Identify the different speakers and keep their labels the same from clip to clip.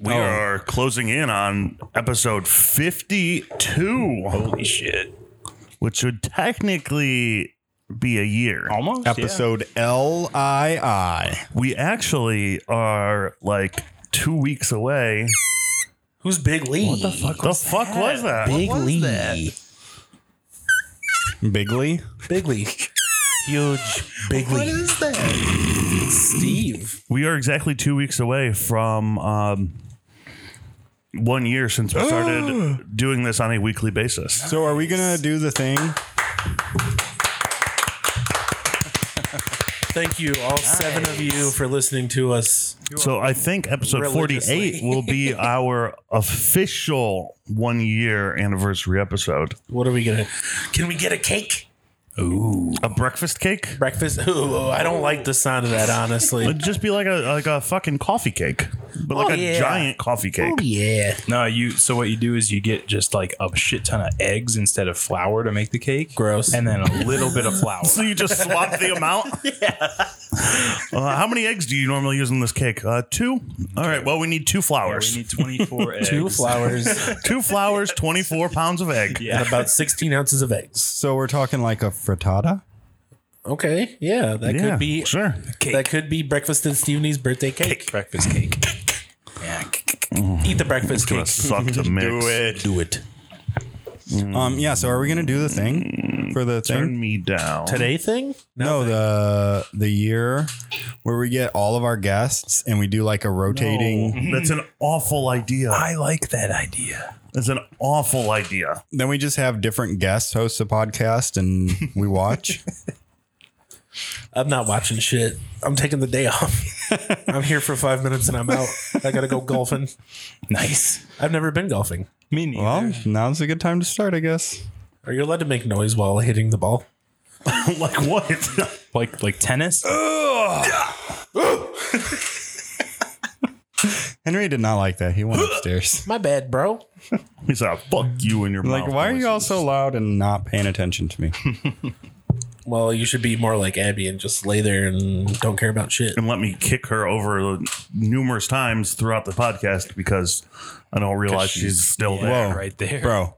Speaker 1: We
Speaker 2: Oh.
Speaker 1: are closing in on episode 52. Holy shit. Which would technically be a year.
Speaker 3: Almost.
Speaker 2: Episode L I I.
Speaker 1: We actually are like two weeks away.
Speaker 3: Who's Big Lee? What the
Speaker 1: the fuck was that?
Speaker 3: Big
Speaker 2: was
Speaker 3: Lee.
Speaker 2: that? Bigly.
Speaker 3: Big Lee. Huge Big Lee. What is that? Steve.
Speaker 1: We are exactly two weeks away from um, one year since we started doing this on a weekly basis.
Speaker 2: So are we gonna do the thing?
Speaker 3: Thank you, all seven of you, for listening to us.
Speaker 1: So I think episode
Speaker 3: Religiously.
Speaker 1: 48 will be our official one year anniversary episode.
Speaker 3: What are we gonna? Can we get a cake?
Speaker 1: A breakfast cake?
Speaker 3: Breakfast? Ooh, I don't like the sound of that, honestly.
Speaker 1: It'd just be like a like a fucking coffee cake, but like
Speaker 3: Oh,
Speaker 1: a
Speaker 3: yeah. Oh,
Speaker 1: giant coffee cake.
Speaker 3: yeah,
Speaker 4: No, you. So what you do is you get just like a shit ton of eggs instead of flour to make the cake.
Speaker 3: Gross.
Speaker 4: And then a little bit of flour.
Speaker 1: So you just swap the amount. Yeah. Uh, how many eggs do you normally use in this cake? Uh, two. All right. Well, we need two
Speaker 4: We
Speaker 1: flowers.
Speaker 4: need 24 eggs.
Speaker 3: two flowers
Speaker 1: two flowers, twenty-four pounds of egg.
Speaker 3: and about sixteen ounces of eggs.
Speaker 2: So we're talking like a frittata.
Speaker 3: Okay, yeah, that
Speaker 1: Yeah,
Speaker 3: could be
Speaker 1: sure.
Speaker 3: that could be breakfast and Stevie's birthday cake.
Speaker 4: breakfast cake.
Speaker 3: Eat the breakfast
Speaker 1: Gonna
Speaker 3: cake.
Speaker 1: suck to mix.
Speaker 2: it.
Speaker 3: Do it
Speaker 2: Um. Yeah. So are we gonna do the thing for the
Speaker 1: Turn
Speaker 2: thing?
Speaker 1: me down.
Speaker 3: today thing.
Speaker 2: No. The the year where we get all of our guests and we do like a rotating.
Speaker 1: That's an awful idea.
Speaker 4: I like that idea.
Speaker 1: That's an awful idea.
Speaker 2: Then we just have different guests host the podcast and we watch.
Speaker 3: I'm not watching shit. I'm taking the day off. I'm here for five minutes and I'm out. I gotta go golfing.
Speaker 4: Nice.
Speaker 3: I've never been golfing.
Speaker 4: Me neither.
Speaker 2: well, Oh, now's a good time to start, I guess.
Speaker 3: Are you allowed to make noise while hitting the ball?
Speaker 1: like what?
Speaker 4: like like tennis. uh,
Speaker 2: Henry did not like that. He went upstairs.
Speaker 3: My bad, bro.
Speaker 1: He's like, "Fuck you and your
Speaker 2: Like,
Speaker 1: mouth."
Speaker 2: why are you all so loud and not paying attention to me?
Speaker 3: Well, you should be more like Abby and just lay there and don't care about shit.
Speaker 1: and let me kick her over numerous times throughout the podcast because I don't realize she's, still there.
Speaker 2: Whoa.
Speaker 4: right there.
Speaker 2: Bro.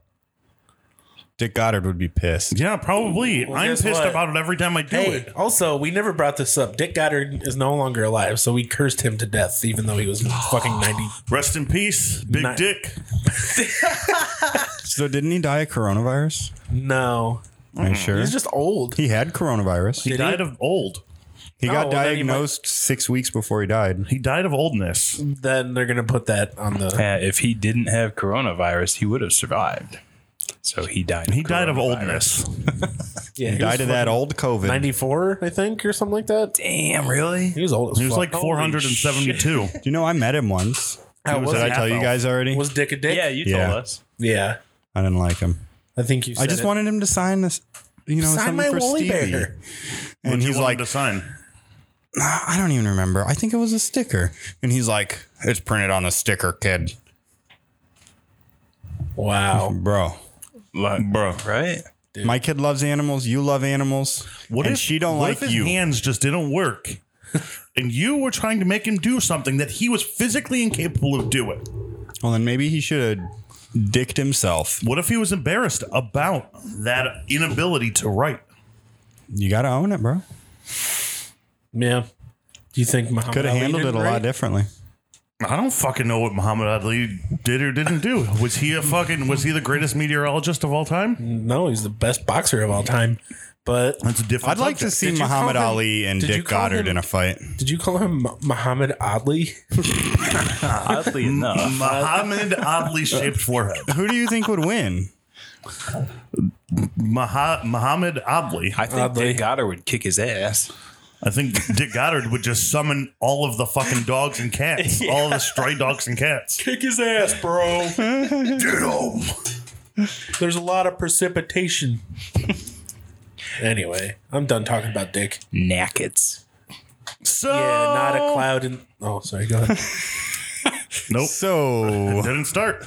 Speaker 2: Dick Goddard would be pissed.
Speaker 1: Yeah, probably. I'm
Speaker 3: guess
Speaker 1: pissed
Speaker 3: what?
Speaker 1: about it every time I do
Speaker 3: Hey,
Speaker 1: it.
Speaker 3: also, we never brought this up. Dick Goddard is no longer alive, so we cursed him to death, even though he was fucking 90.
Speaker 1: Rest in peace, Big
Speaker 3: Nice.
Speaker 1: Dick.
Speaker 2: So didn't he die of coronavirus?
Speaker 3: No.
Speaker 2: Are you sure?
Speaker 3: He's just old.
Speaker 2: He had coronavirus.
Speaker 1: He
Speaker 3: he?
Speaker 1: died of old.
Speaker 2: He got
Speaker 3: Oh, well, then he might-
Speaker 2: diagnosed six weeks before he died.
Speaker 1: He died of oldness.
Speaker 3: Then they're going to put that on the.
Speaker 4: Uh, if he didn't have coronavirus, he would have survived. So he died.
Speaker 1: He died of
Speaker 4: coronavirus.
Speaker 1: oldness.
Speaker 3: Yeah,
Speaker 2: He died of that old COVID.
Speaker 3: 94, I think, or something like that.
Speaker 4: Damn, really?
Speaker 3: He was old as
Speaker 1: He was like
Speaker 3: fuck.
Speaker 1: 472.
Speaker 2: Do you know I met him once?
Speaker 3: How was
Speaker 2: Did I
Speaker 3: it?
Speaker 2: tell you guys already?
Speaker 3: Was Dick a dick?
Speaker 4: Yeah, you told
Speaker 2: Yeah.
Speaker 4: us.
Speaker 3: Yeah.
Speaker 2: I didn't like him.
Speaker 3: I think you said
Speaker 2: I just
Speaker 3: it.
Speaker 2: wanted him to sign this, you know,
Speaker 3: Sign
Speaker 2: something
Speaker 3: my
Speaker 2: for
Speaker 3: woolly
Speaker 2: Stevie.
Speaker 3: bear.
Speaker 2: And
Speaker 1: He
Speaker 2: he's like,
Speaker 1: to sign.
Speaker 2: I don't even remember. I think it was a sticker. And he's like, it's printed on a sticker, kid.
Speaker 3: Wow.
Speaker 2: Bro.
Speaker 4: Bro. Right?
Speaker 2: My kid loves animals. You love animals.
Speaker 1: What
Speaker 2: and
Speaker 1: if
Speaker 2: she don't
Speaker 1: what
Speaker 2: like
Speaker 1: if his
Speaker 2: you?
Speaker 1: hands just didn't work? and you were trying to make him do something that he was physically incapable of doing.
Speaker 2: well, then maybe he should have dicked himself.
Speaker 1: What if he was embarrassed about that inability to write?
Speaker 2: You got to own it, bro.
Speaker 3: Yeah. Do you think Muhammad
Speaker 2: Could have
Speaker 3: Ali
Speaker 2: handled it
Speaker 3: did
Speaker 2: a lot
Speaker 3: right?
Speaker 2: differently.
Speaker 1: I don't fucking know what Muhammad Ali did or didn't do. Was he a fucking was he the greatest meteorologist of all time?
Speaker 3: No, he's the best boxer of all time. But
Speaker 1: That's a different.
Speaker 2: I'd like to
Speaker 1: subject.
Speaker 2: see
Speaker 3: Did you
Speaker 2: Muhammad
Speaker 3: call him-
Speaker 2: Ali and
Speaker 3: did you
Speaker 2: Dick
Speaker 3: call
Speaker 2: Goddard
Speaker 3: him-
Speaker 2: in a fight.
Speaker 3: did you call him Mu- Muhammad Oddly?
Speaker 4: Oddly enough.
Speaker 1: Muhammad oddly shaped forehead.
Speaker 2: Who do you think would win?
Speaker 1: Maha, Muhammad oddly.
Speaker 4: I think
Speaker 3: Oddly.
Speaker 4: Dick Goddard would kick his ass.
Speaker 1: I think Dick Goddard would just summon all of the fucking dogs and cats, all of the stray dogs and cats.
Speaker 3: Kick his ass, bro. There's a lot of precipitation. anyway, I'm done talking about dick.
Speaker 4: Knackets.
Speaker 1: So
Speaker 3: Yeah, not a cloud in. Oh, sorry. Go ahead.
Speaker 1: Nope.
Speaker 2: So,
Speaker 1: Didn't start.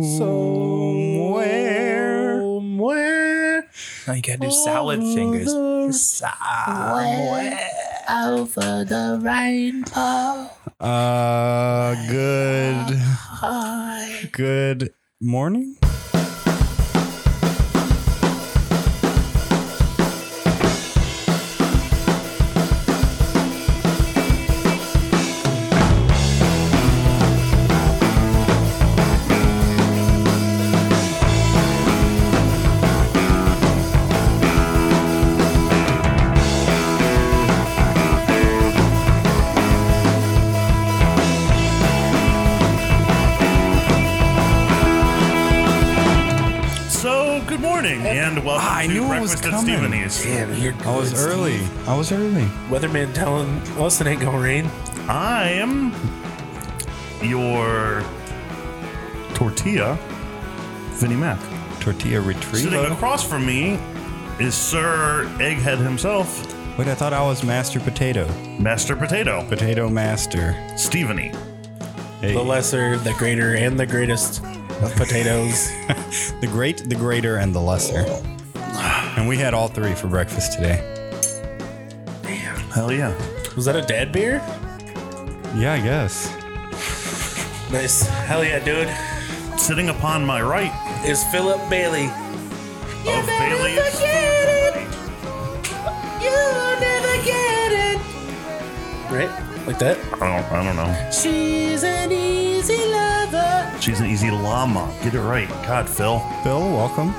Speaker 2: so, somewhere.
Speaker 3: Um, Somewhere.
Speaker 4: Now you gotta do salad fingers. Somewhere.
Speaker 5: over the rainbow.
Speaker 2: Uh, good, good morning.
Speaker 1: So, good morning and welcome
Speaker 2: I
Speaker 1: to
Speaker 2: knew it was
Speaker 1: Breakfast at
Speaker 2: coming.
Speaker 1: Stephenie's.
Speaker 3: Damn, you're
Speaker 2: I was early. I was early.
Speaker 3: Weatherman telling us it ain't gonna rain.
Speaker 1: I am your tortilla, Vinnie Mac.
Speaker 2: Tortilla retriever.
Speaker 1: Sitting across from me is Sir Egghead himself,
Speaker 2: Wait, I thought I was Master Potato.
Speaker 1: Master Potato,
Speaker 2: Potato Master.
Speaker 1: Stephenie.
Speaker 2: Hey.
Speaker 3: The lesser, the greater, and the greatest of potatoes.
Speaker 2: The great, the greater, and the lesser. And we had all three for breakfast today.
Speaker 1: Hell yeah.
Speaker 3: Was that a dad beer?
Speaker 2: Yeah, I guess.
Speaker 3: Nice. Hell yeah, dude.
Speaker 1: Sitting upon my right
Speaker 3: Is Philip Bailey.
Speaker 1: of Bailey's.
Speaker 3: Right? Like that?
Speaker 1: I don't, I don't know.
Speaker 5: She's an easy lover.
Speaker 1: She's an easy llama. Get it right. God, Phil.
Speaker 2: Phil, welcome.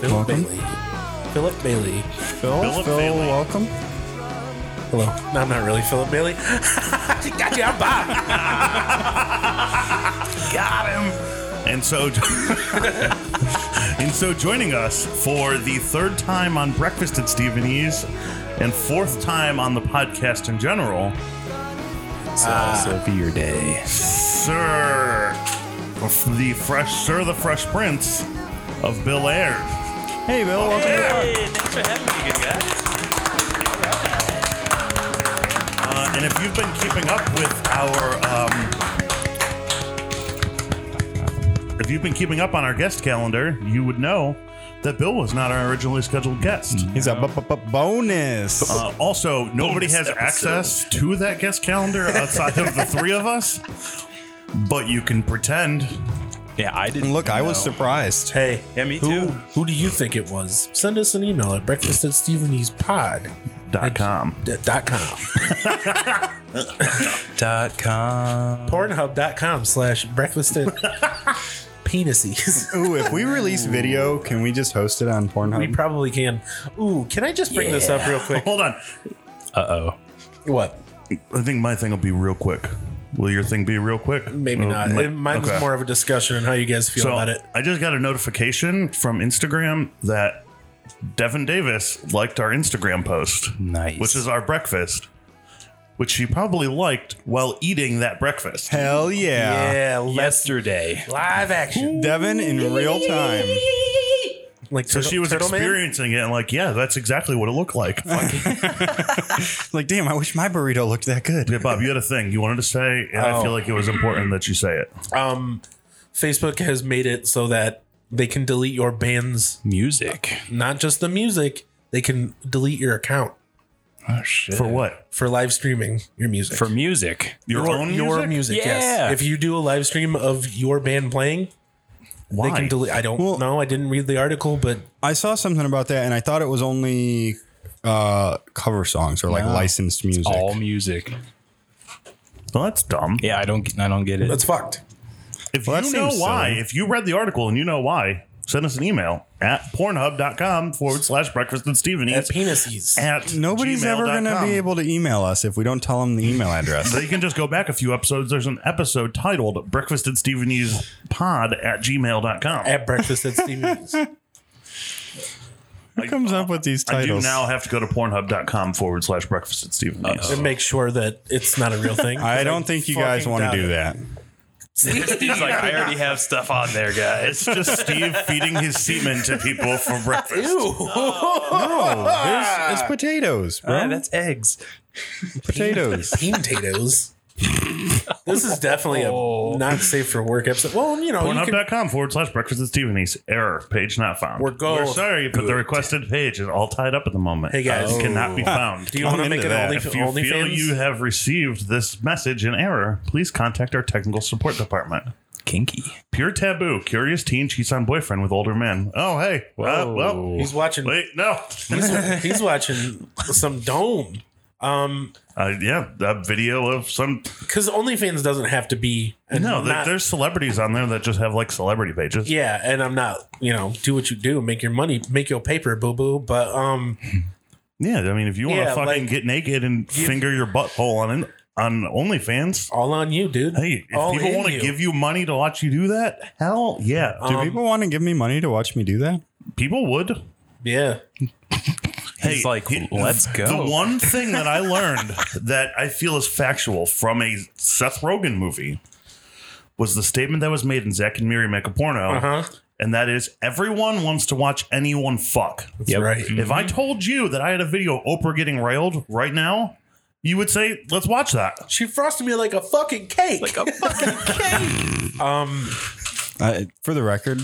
Speaker 3: Philip
Speaker 2: Welcome.
Speaker 3: Bailey. Philip Bailey.
Speaker 2: Phil,
Speaker 1: Philip
Speaker 2: Phil,
Speaker 1: Bailey.
Speaker 2: welcome.
Speaker 3: Hello. No, I'm not really Philip Bailey. Got you, I'm Bob.
Speaker 1: Got him. And so, and so, joining us for the third time on Breakfast at Stephenie's and fourth time on the podcast in general,
Speaker 4: So, so be your day.
Speaker 1: Sir, the fresh Sir, the Fresh Prince of Bill Air.
Speaker 2: Hey, Bill, welcome.
Speaker 4: thanks for having me, good guy.
Speaker 1: Uh, and if you've been keeping up with our, um, if you've been keeping up on our guest calendar, you would know that Bill was not our originally scheduled guest.
Speaker 2: He's a bu- bu- bu- bonus.
Speaker 1: Uh, also, nobody has
Speaker 4: episode.
Speaker 1: access to that guest calendar outside of the three of us, but you can pretend.
Speaker 4: Yeah, I didn't
Speaker 2: and look, I was
Speaker 4: know.
Speaker 2: surprised.
Speaker 3: Hey.
Speaker 4: Yeah, me
Speaker 3: Who,
Speaker 4: too.
Speaker 3: who do you think it was? Send us an email at breakfast at Stephenie's pod
Speaker 1: Dot com.
Speaker 3: dot com.
Speaker 4: Dot com.
Speaker 3: Pornhub.com slash breakfast at penises.
Speaker 2: Ooh, if we release video, can we just host it on Pornhub?
Speaker 3: We probably can. Ooh, can I just bring this up real quick?
Speaker 1: Hold on.
Speaker 4: Uh oh.
Speaker 3: What?
Speaker 1: I think my thing will be real quick. Will your thing be real quick?
Speaker 3: Maybe
Speaker 1: Oh,
Speaker 3: not.
Speaker 1: my-
Speaker 3: It- Mine was
Speaker 1: okay.
Speaker 3: more of a discussion on how you guys feel
Speaker 1: So
Speaker 3: about it.
Speaker 1: I just got a notification from Instagram that Devin Davis liked our Instagram post,
Speaker 4: Nice.
Speaker 1: which is our breakfast, which she probably liked while eating that breakfast.
Speaker 2: Hell
Speaker 1: uh,
Speaker 2: yeah.
Speaker 3: Yeah, let's
Speaker 4: yesterday.
Speaker 3: live action.
Speaker 2: Devin in real time.
Speaker 3: Like
Speaker 1: So she was
Speaker 3: experienced.
Speaker 1: experiencing it and like, yeah, that's exactly what it looked like. Fuck.
Speaker 2: Like, damn, I wish my burrito looked that good.
Speaker 1: yeah, Bob, you had a thing you wanted to say, and I feel
Speaker 4: Oh.
Speaker 1: like it was important that you say it.
Speaker 3: Um, Facebook has made it so that they can delete your bands,
Speaker 4: Music.
Speaker 3: not just the music. They can delete your account
Speaker 4: Oh shit.
Speaker 1: For what?
Speaker 3: for live streaming your music.
Speaker 4: For music.
Speaker 1: Your, own
Speaker 3: your
Speaker 1: music?
Speaker 3: music,
Speaker 4: Yeah.
Speaker 3: yes. If you do a live stream of your band playing,
Speaker 1: Why?
Speaker 3: they can delete. I don't
Speaker 2: Well-
Speaker 3: know. I didn't read the article, but
Speaker 2: I saw something about that, and I thought it was only uh, cover songs or like licensed music.
Speaker 4: All music.
Speaker 1: well, that's dumb.
Speaker 4: Yeah, I don't. I don't get it.
Speaker 3: it's fucked.
Speaker 1: If
Speaker 2: Well, that
Speaker 1: you know
Speaker 2: seems
Speaker 1: why,
Speaker 2: silly.
Speaker 1: if you read the article and you know why, send us an email at pornhub.com forward slash breakfast and Steven
Speaker 3: At
Speaker 1: eats
Speaker 3: penises.
Speaker 1: at
Speaker 2: Nobody's ever going to
Speaker 1: gmail.com.
Speaker 2: be able to email us if we don't tell them the email address.
Speaker 1: They can just go back a few episodes. There's an episode titled Breakfast at Stephenie's Pod at gmail.com.
Speaker 3: at breakfast at Stevie's.
Speaker 2: Oh. Who comes up with these
Speaker 1: I do
Speaker 2: titles?
Speaker 1: now have to go to pornhub.com forward slash breakfast at
Speaker 4: Uh,
Speaker 1: Stephenie's.
Speaker 3: and make sure that it's not a real thing.
Speaker 2: I don't think you guys
Speaker 3: fucking
Speaker 2: want
Speaker 3: doubt
Speaker 2: to do
Speaker 3: it.
Speaker 2: that.
Speaker 4: He's like, I already have stuff on there,
Speaker 1: It's
Speaker 4: guys.
Speaker 1: just Steve feeding his semen to people for breakfast.
Speaker 2: Oh, there's, it's potatoes, bro.
Speaker 4: that's eggs.
Speaker 2: potatoes.
Speaker 3: potatoes. This is definitely a
Speaker 4: Oh.
Speaker 3: not safe for work episode. Well, you know, you can,
Speaker 1: Pornhub.com forward slash breakfast at Stephenie's. Error. Page not found.
Speaker 3: We're gold.
Speaker 1: We're sorry, but the requested page is all tied up at the moment.
Speaker 3: Hey, guys. Oh.
Speaker 1: It cannot be found.
Speaker 3: do you want
Speaker 2: I'm
Speaker 3: to make
Speaker 2: into
Speaker 3: an
Speaker 2: that.
Speaker 3: only,
Speaker 1: if you
Speaker 3: only
Speaker 1: feel you have received this message in error, please contact our technical support department.
Speaker 4: Kinky.
Speaker 1: Pure taboo. Curious teen cheats on boyfriend with older men. Oh, hey. Uh, well,
Speaker 3: He's watching.
Speaker 1: wait, no.
Speaker 3: He's watching some dome.
Speaker 1: Uh, yeah, a video of some.
Speaker 3: Because OnlyFans doesn't have to be. and
Speaker 1: No, there-
Speaker 3: not-
Speaker 1: there's celebrities on there that just have like celebrity pages.
Speaker 3: Yeah, and I'm not, you know, do what you do, make your money, make your paper, boo boo. But um,
Speaker 1: Yeah, I mean, if you want to
Speaker 3: Yeah,
Speaker 1: fucking
Speaker 3: like-
Speaker 1: get naked and finger your butthole on in, on OnlyFans,
Speaker 3: all on you, dude.
Speaker 1: hey, if
Speaker 3: all
Speaker 1: people
Speaker 3: in
Speaker 1: want to
Speaker 3: you. Um,
Speaker 1: give you money to watch you do that, hell yeah,
Speaker 2: Do people want to give me money to watch me do that?
Speaker 1: people would.
Speaker 3: yeah,
Speaker 4: He's like, "Let's go."
Speaker 1: The one thing that I learned that I feel is factual from a Seth Rogen movie was the statement that was made in Zack and Miri Make a Porno,
Speaker 3: Uh-huh.
Speaker 1: and that is everyone wants to watch anyone fuck.
Speaker 3: that's right.
Speaker 1: If I told you that I had a video of Oprah getting railed right now, you would say, "Let's watch that."
Speaker 3: She frosted me like a fucking cake. Like a
Speaker 2: I, for the record,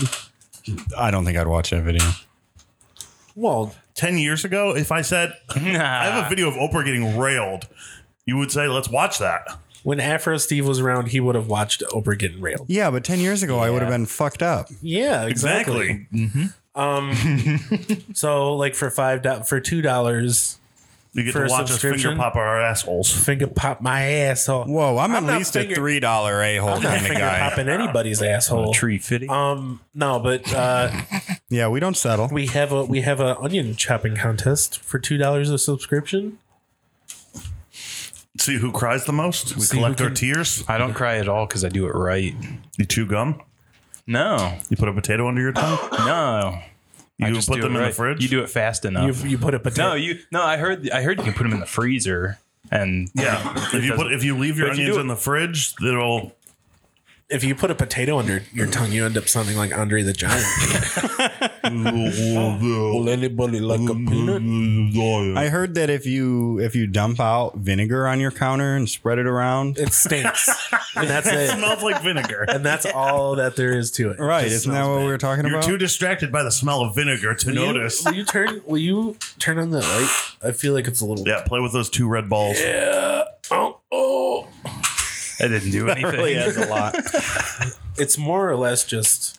Speaker 2: I don't think I'd watch that video.
Speaker 3: well,
Speaker 1: 10 years ago, if I said, I
Speaker 3: Ah.
Speaker 1: have a video of Oprah getting railed, you would say, let's watch that.
Speaker 3: when Afro Steve was around, he would have watched Oprah getting railed.
Speaker 2: Yeah, but ten years ago I would have been fucked up.
Speaker 3: Yeah, exactly. So, like for five do- for two dollars,
Speaker 1: You get
Speaker 3: For a
Speaker 1: to watch us finger
Speaker 3: subscription?
Speaker 1: pop our assholes.
Speaker 3: finger pop my asshole.
Speaker 2: Whoa, I'm,
Speaker 3: I'm
Speaker 2: at
Speaker 3: not
Speaker 2: least
Speaker 3: finger-
Speaker 2: a three dollar a hole kind of
Speaker 3: Finger
Speaker 2: guy.
Speaker 3: popping anybody's asshole.
Speaker 4: Tree fitting.
Speaker 3: Um, no, but uh,
Speaker 2: Yeah, we don't settle.
Speaker 3: we have a we have a onion chopping contest for two dollars a subscription.
Speaker 1: See who cries the most? We
Speaker 3: See
Speaker 1: collect
Speaker 3: who
Speaker 1: our
Speaker 3: can-
Speaker 1: tears.
Speaker 4: I don't cry at all because I do it right.
Speaker 1: You chew gum.
Speaker 4: No,
Speaker 1: You put a potato under your tongue.
Speaker 4: no. I
Speaker 1: You
Speaker 4: just
Speaker 1: put
Speaker 4: do
Speaker 1: them
Speaker 4: it
Speaker 1: in the
Speaker 4: right.
Speaker 1: fridge.
Speaker 4: You do it fast enough.
Speaker 3: You, you put a potato.
Speaker 4: no, you. No, I heard. I heard you can put them in the freezer. And
Speaker 1: Yeah. if you put if you leave your
Speaker 4: But if you
Speaker 1: onions
Speaker 4: do it-
Speaker 1: in the fridge, it'll
Speaker 3: if you put a potato under your tongue, you end up sounding like Andre the Giant. Will anybody like a
Speaker 2: Mm-hmm.
Speaker 3: peanut?
Speaker 2: I heard that if you if you dump out vinegar on your counter and spread it around,
Speaker 3: It stinks, and that's it.
Speaker 1: smells like vinegar.
Speaker 3: And that's all that there is to it.
Speaker 2: right?
Speaker 3: It just
Speaker 2: Isn't that what we were talking
Speaker 1: You're
Speaker 2: about?
Speaker 1: too distracted by the smell of vinegar to
Speaker 3: Will you-
Speaker 1: notice.
Speaker 3: Will you turn? Will you turn on that light? I feel like it's a little.
Speaker 1: Yeah, play with those two red balls.
Speaker 3: Oh, oh.
Speaker 4: I didn't do anything.
Speaker 2: really is a lot.
Speaker 3: It's more or less just.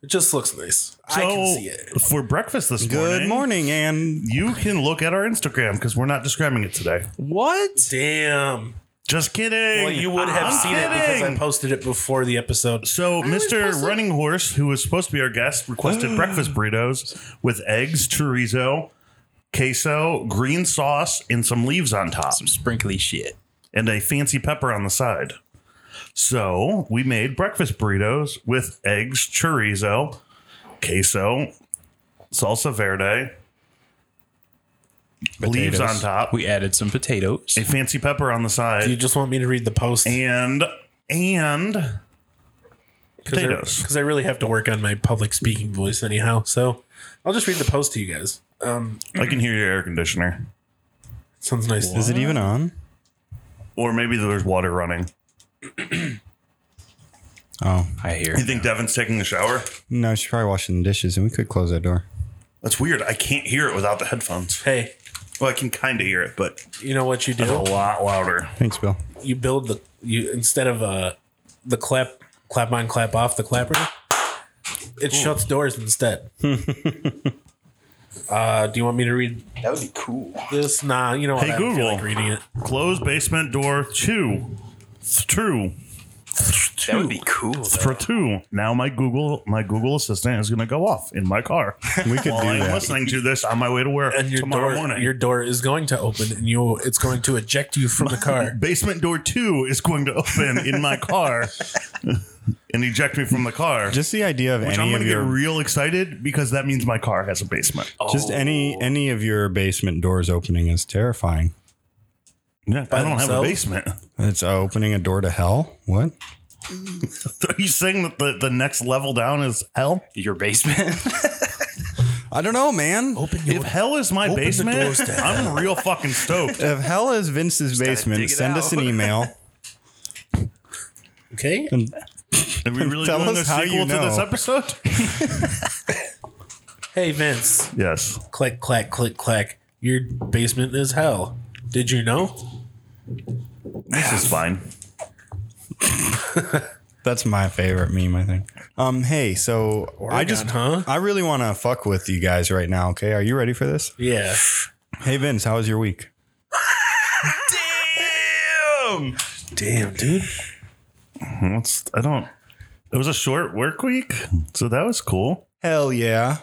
Speaker 3: It just looks nice. I can see it.
Speaker 1: So for breakfast this
Speaker 2: Good
Speaker 1: morning,
Speaker 2: morning, and
Speaker 1: you can look at our Instagram because we're not describing it today.
Speaker 4: What?
Speaker 3: Damn.
Speaker 1: Just kidding. Ah.
Speaker 3: Well, you would
Speaker 1: I'm
Speaker 3: have seen it because I
Speaker 1: kidding.
Speaker 3: posted it before the episode.
Speaker 1: So, Mr. Running Horse, who was supposed to be our guest, requested breakfast burritos with eggs, chorizo, queso, green sauce, and some leaves on top,
Speaker 4: Sprinkly shit.
Speaker 1: and a fancy pepper on the side. So, we made breakfast burritos with eggs, chorizo, queso, salsa verde, leaves on
Speaker 2: Potatoes.
Speaker 1: top,
Speaker 4: We added some potatoes.
Speaker 1: a fancy pepper on the
Speaker 3: You
Speaker 1: side,
Speaker 3: just want me to read the post
Speaker 1: and and potatoes.
Speaker 3: because I really have to work on my public speaking voice anyhow. So I'll just read the post to you guys.
Speaker 1: I can hear your air conditioner.
Speaker 3: Sounds nice.
Speaker 2: is it even on?
Speaker 1: Or maybe there's water running.
Speaker 2: Oh
Speaker 4: I hear.
Speaker 1: You think Devin's taking a shower?
Speaker 2: no, she's probably washing the dishes, and we could close that door.
Speaker 1: That's weird. I can't hear it without the headphones.
Speaker 3: Hey,
Speaker 1: Well, I can kind of hear it, but
Speaker 3: you know what you
Speaker 1: it's a
Speaker 3: do?
Speaker 1: lot louder.
Speaker 2: Thanks, Bill.
Speaker 3: You build the you instead of uh the clap clap on clap off the clapper. It shuts doors instead. uh, do you want me to read
Speaker 4: That would be cool.
Speaker 3: this? Nah, you know what?
Speaker 1: Hey,
Speaker 3: I don't feel
Speaker 1: Google.
Speaker 3: like reading it.
Speaker 1: Close basement door two. True.
Speaker 4: That would be cool.
Speaker 1: For two. Now my Google my Google assistant is gonna go off in my car.
Speaker 2: We could do
Speaker 1: While I'm
Speaker 2: that.
Speaker 1: listening to this on my way to work
Speaker 3: And your
Speaker 1: tomorrow
Speaker 3: door,
Speaker 1: morning.
Speaker 3: your door is going to open, and you it's going to eject you from the car.
Speaker 1: basement door two is going to open in my car and eject me from the car.
Speaker 2: Just the idea of
Speaker 1: which I'm
Speaker 2: any
Speaker 1: gonna
Speaker 2: of
Speaker 1: get
Speaker 2: your
Speaker 1: real excited because that means my car has a basement.
Speaker 3: Oh,
Speaker 2: just any any of your basement doors opening is terrifying.
Speaker 1: Yeah, I don't have a
Speaker 3: themselves?
Speaker 1: basement.
Speaker 2: It's opening a door to hell. What?
Speaker 1: Are you saying that the, the next level down is hell?
Speaker 4: Your basement.
Speaker 2: I don't know, man.
Speaker 1: If hell is my basement, I'm real fucking stoked.
Speaker 2: If hell is Vince's basement,
Speaker 4: dig it
Speaker 2: send us
Speaker 4: out.
Speaker 2: an email.
Speaker 3: Okay.
Speaker 1: Are we really
Speaker 2: Tell
Speaker 1: doing
Speaker 2: us
Speaker 1: the
Speaker 2: how
Speaker 1: sequel
Speaker 2: you
Speaker 1: to this
Speaker 2: know.
Speaker 1: episode?
Speaker 3: Hey Vince.
Speaker 1: Yes.
Speaker 3: Click clack click clack. Your basement is hell. Did you know?
Speaker 1: This is fine.
Speaker 2: That's my favorite meme, I think. Um, hey, so I just,
Speaker 3: huh?
Speaker 2: I really want to fuck with you guys right now. Okay, are you ready for this?
Speaker 3: Yeah.
Speaker 2: Hey, Vince, how was your week?
Speaker 3: Damn, dude.
Speaker 1: What's, I don't. It was a short work week, so that was cool.
Speaker 2: Hell yeah!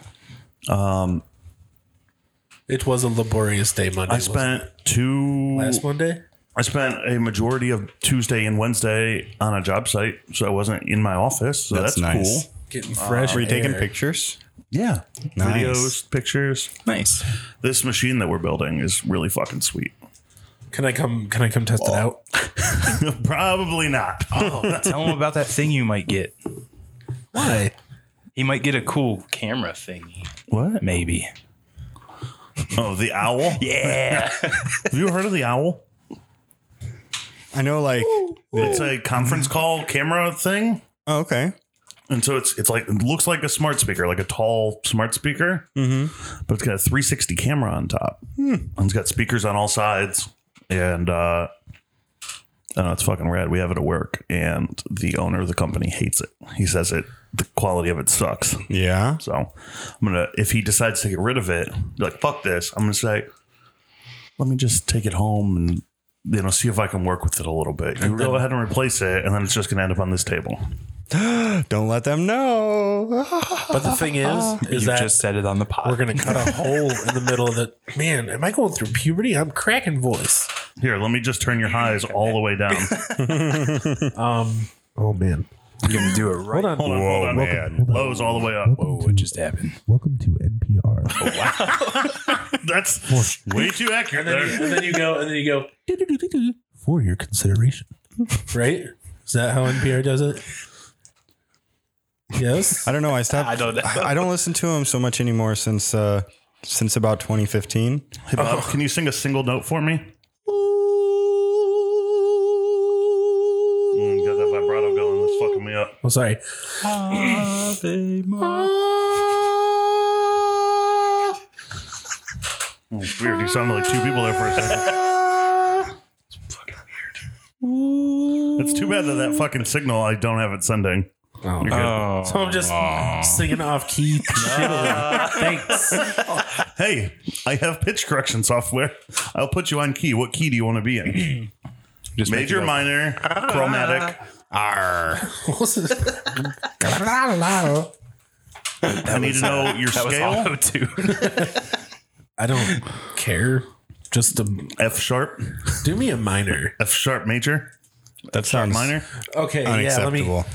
Speaker 3: It was a laborious day Monday.
Speaker 1: I
Speaker 3: wasn't
Speaker 1: spent two.
Speaker 3: it? last Monday.
Speaker 1: I spent a majority of Tuesday and Wednesday on a job site, so I wasn't in my office. So that's,
Speaker 2: That's nice.
Speaker 1: cool.
Speaker 3: Getting fresh.
Speaker 2: Were you taking
Speaker 3: air.
Speaker 2: pictures?
Speaker 1: Yeah,
Speaker 2: Nice.
Speaker 1: videos, pictures.
Speaker 4: Nice.
Speaker 1: This machine that we're building is really fucking sweet.
Speaker 3: Can I come can I come test it out?
Speaker 1: Probably not.
Speaker 4: Oh, Tell him about that thing you might get.
Speaker 3: Why?
Speaker 4: He might get a cool camera thingy.
Speaker 1: What?
Speaker 4: Maybe.
Speaker 1: Oh, the owl.
Speaker 4: Yeah.
Speaker 1: Have you heard of the owl?
Speaker 2: I know, like,
Speaker 1: It's a conference call camera thing.
Speaker 2: oh, okay,
Speaker 1: And so it's it's like it looks like a smart speaker, like a tall smart speaker, mm-hmm. Hmm. but it's got a 360 camera on top. And it's got speakers on all sides, and uh, I don't know, it's fucking rad. We have it at work, and the owner of the company hates it. He says it the quality of it sucks.
Speaker 2: yeah.
Speaker 1: So I'm gonna if he decides to get rid of it, be like fuck this, I'm gonna say, let me just take it home and you know see if I can work with it a little bit. You go ahead and replace it, and then it's just gonna end up on this table.
Speaker 2: Don't let them know.
Speaker 3: But the thing is, is
Speaker 4: you
Speaker 3: that
Speaker 4: just said it on the pod.
Speaker 3: we're gonna cut a hole in the middle of the man, am I going through puberty? I'm cracking voice.
Speaker 1: Here, let me just turn your highs all the way down.
Speaker 3: Um Oh man.
Speaker 4: You're gonna do it right.
Speaker 3: Hold on.
Speaker 1: Hold on, hold on, man. Lows all the way up.
Speaker 4: Whoa, what just happened?
Speaker 6: Welcome to NPR.
Speaker 1: That's way too accurate there.
Speaker 3: And then you go and then you go
Speaker 6: For your consideration.
Speaker 3: right? Is that how NPR does it? Yes.
Speaker 2: I don't know. I stopped. I
Speaker 4: don't know.
Speaker 2: I, don't listen to him so much anymore since uh since about 2015.
Speaker 1: Hey, Bob, can you sing a single note for me? Mm, got that vibrato going. That's fucking me up.
Speaker 3: Oh, sorry.
Speaker 1: Mm, It's weird. You sounded like two people there for a second. It's fucking weird. It's too bad that that fucking signal I don't have it sending. You're good.
Speaker 3: So I'm just singing off key. Thanks.
Speaker 1: Hey, I have pitch correction software. I'll put you on key. What key do you want to be in?
Speaker 4: Just make
Speaker 1: Major,
Speaker 4: it up.
Speaker 1: minor, chromatic. I need to know your
Speaker 4: That was
Speaker 1: scale.
Speaker 4: auto tune.
Speaker 3: I don't care. Just a,
Speaker 1: F sharp,
Speaker 3: do me a minor.
Speaker 1: F sharp major,
Speaker 2: That sounds
Speaker 1: minor.
Speaker 3: Okay, yeah. Let me
Speaker 2: unacceptable.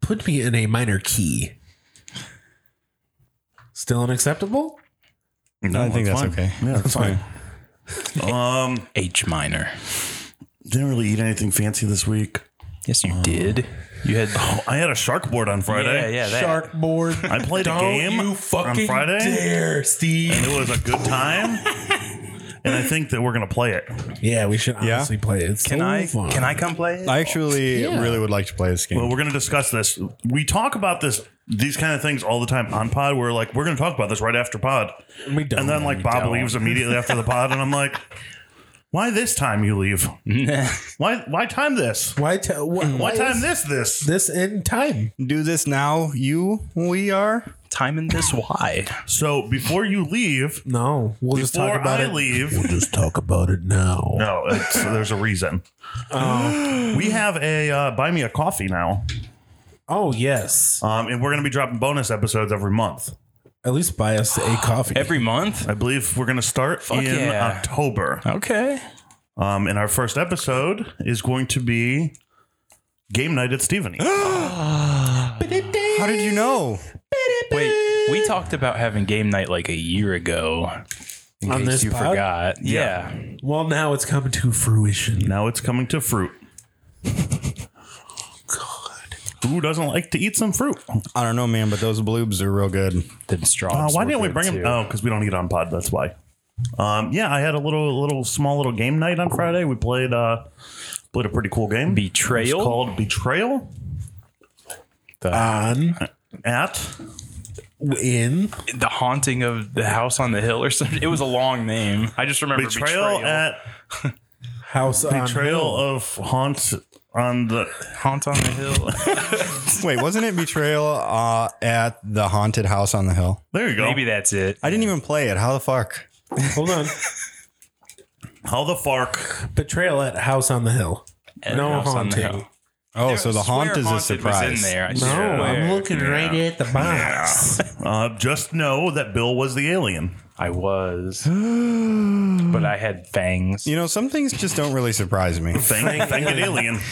Speaker 3: put me in a minor key. Still unacceptable?
Speaker 1: No,
Speaker 2: I think that's okay.
Speaker 1: Yeah, that's fine. Um,
Speaker 4: H minor.
Speaker 1: didn't really eat anything fancy this week.
Speaker 4: Yes,
Speaker 3: Oh.
Speaker 4: you did. You had
Speaker 1: Oh, I had a shark board on
Speaker 4: yeah,
Speaker 1: Friday.
Speaker 4: yeah, that.
Speaker 3: Shark board.
Speaker 1: I played a game
Speaker 3: you fucking
Speaker 1: on Friday,
Speaker 3: dare, Steve.
Speaker 1: and it was a good time. and I think that we're gonna play it.
Speaker 3: Yeah, we should
Speaker 2: Yeah?
Speaker 3: honestly play it. It's
Speaker 4: Can
Speaker 3: so
Speaker 4: I
Speaker 3: fun.
Speaker 4: can I come play it?
Speaker 2: I actually really would like to play this game.
Speaker 1: Well, we're going to discuss this. We talk about this, these kind of things all the time on pod. We're like, we're going to talk about this right after pod.
Speaker 3: We don't.
Speaker 1: And then, like, Bob leaves immediately after the pod. And I'm like, why this time you leave? why why time this?
Speaker 3: why? Ta- why,
Speaker 1: Why
Speaker 3: why
Speaker 1: Hmm. time
Speaker 3: is
Speaker 1: this this?
Speaker 3: this in time?
Speaker 2: Do this now, you. We are.
Speaker 4: Timing this why?
Speaker 1: So before you leave,
Speaker 3: No, we'll just
Speaker 1: before
Speaker 3: talk about
Speaker 1: I
Speaker 3: it.
Speaker 1: leave,
Speaker 3: We'll just talk about it now.
Speaker 1: no, it's, there's a reason. we have a uh, buy me a coffee now,
Speaker 3: Oh yes,
Speaker 1: um, and we're going to be dropping bonus episodes every month.
Speaker 3: at least buy us a coffee.
Speaker 4: Every month?
Speaker 1: I believe we're going to start in
Speaker 4: yeah.
Speaker 1: October.
Speaker 4: Okay.
Speaker 1: Um, and our first episode is going to be game night at Stephenie's.
Speaker 2: How did you know?
Speaker 4: Wait, we talked about having game night like a year ago. In
Speaker 3: On
Speaker 4: case
Speaker 3: this
Speaker 4: you
Speaker 3: pod?
Speaker 4: forgot. Yeah.
Speaker 3: well, now it's coming to fruition.
Speaker 1: now it's coming to fruit. God, who doesn't like to eat some fruit? Uh,
Speaker 2: I don't know, man, but those bloobs are real good.
Speaker 4: Then strong.
Speaker 1: why didn't we bring him? Oh, because we don't eat on pod. That's why. Um, yeah, I had a little, little, small, little game night on Friday. We played uh, Played a pretty cool game. It's
Speaker 4: Betrayal.
Speaker 1: called Betrayal
Speaker 3: On,
Speaker 1: at
Speaker 3: in,
Speaker 4: the haunting of the house on the hill or something. It was a long name. I just remember
Speaker 1: Betrayal,
Speaker 4: betrayal.
Speaker 1: at
Speaker 3: house on
Speaker 1: Betrayal of Haunt on the
Speaker 4: haunt on the hill.
Speaker 2: Wait, wasn't it Betrayal uh, at the haunted house on the hill?
Speaker 1: There you go.
Speaker 4: Maybe that's it.
Speaker 2: I didn't even play it. How the fuck?
Speaker 3: Hold on.
Speaker 1: How the fark?
Speaker 3: Betrayal at House on the Hill.
Speaker 4: At
Speaker 3: no
Speaker 4: House on the
Speaker 3: haunting.
Speaker 4: Hill.
Speaker 2: Oh, so the
Speaker 4: I swear
Speaker 2: haunt is a
Speaker 4: haunted
Speaker 2: surprise.
Speaker 4: Was in there. I
Speaker 3: No,
Speaker 4: swear.
Speaker 3: I'm looking
Speaker 4: Yeah.
Speaker 3: right at the box.
Speaker 1: Uh, just know that Bill was the alien.
Speaker 4: I was, but I had fangs.
Speaker 2: You know, some things just don't really surprise me.
Speaker 1: Thing, thing an alien.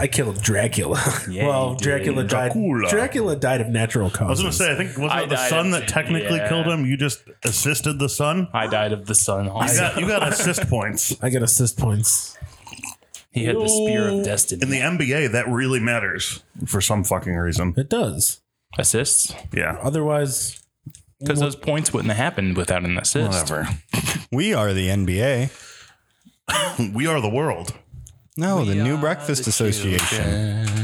Speaker 3: I killed Dracula.
Speaker 4: Yeah,
Speaker 3: well,
Speaker 4: you did.
Speaker 3: Dracula died.
Speaker 1: Dracula.
Speaker 3: Dracula died of
Speaker 1: I
Speaker 3: natural
Speaker 1: was going to
Speaker 3: causes.
Speaker 1: say, I think wasn't
Speaker 4: I
Speaker 1: it the
Speaker 4: died
Speaker 1: sun
Speaker 4: of-
Speaker 1: that technically
Speaker 4: yeah.
Speaker 1: killed him? You just assisted the sun.
Speaker 4: I died of the sun.
Speaker 1: You
Speaker 4: haunting.
Speaker 1: got, you got assist points
Speaker 3: I get assist points.
Speaker 4: He had the spear of destiny.
Speaker 1: in the NBA. That really matters for some fucking reason.
Speaker 3: It does.
Speaker 4: assists,
Speaker 1: Yeah,
Speaker 3: Otherwise,
Speaker 4: because those points wouldn't have happened without an assist.
Speaker 1: whatever.
Speaker 2: We are the NBA.
Speaker 1: We are the world.
Speaker 2: No, the New Breakfast Association.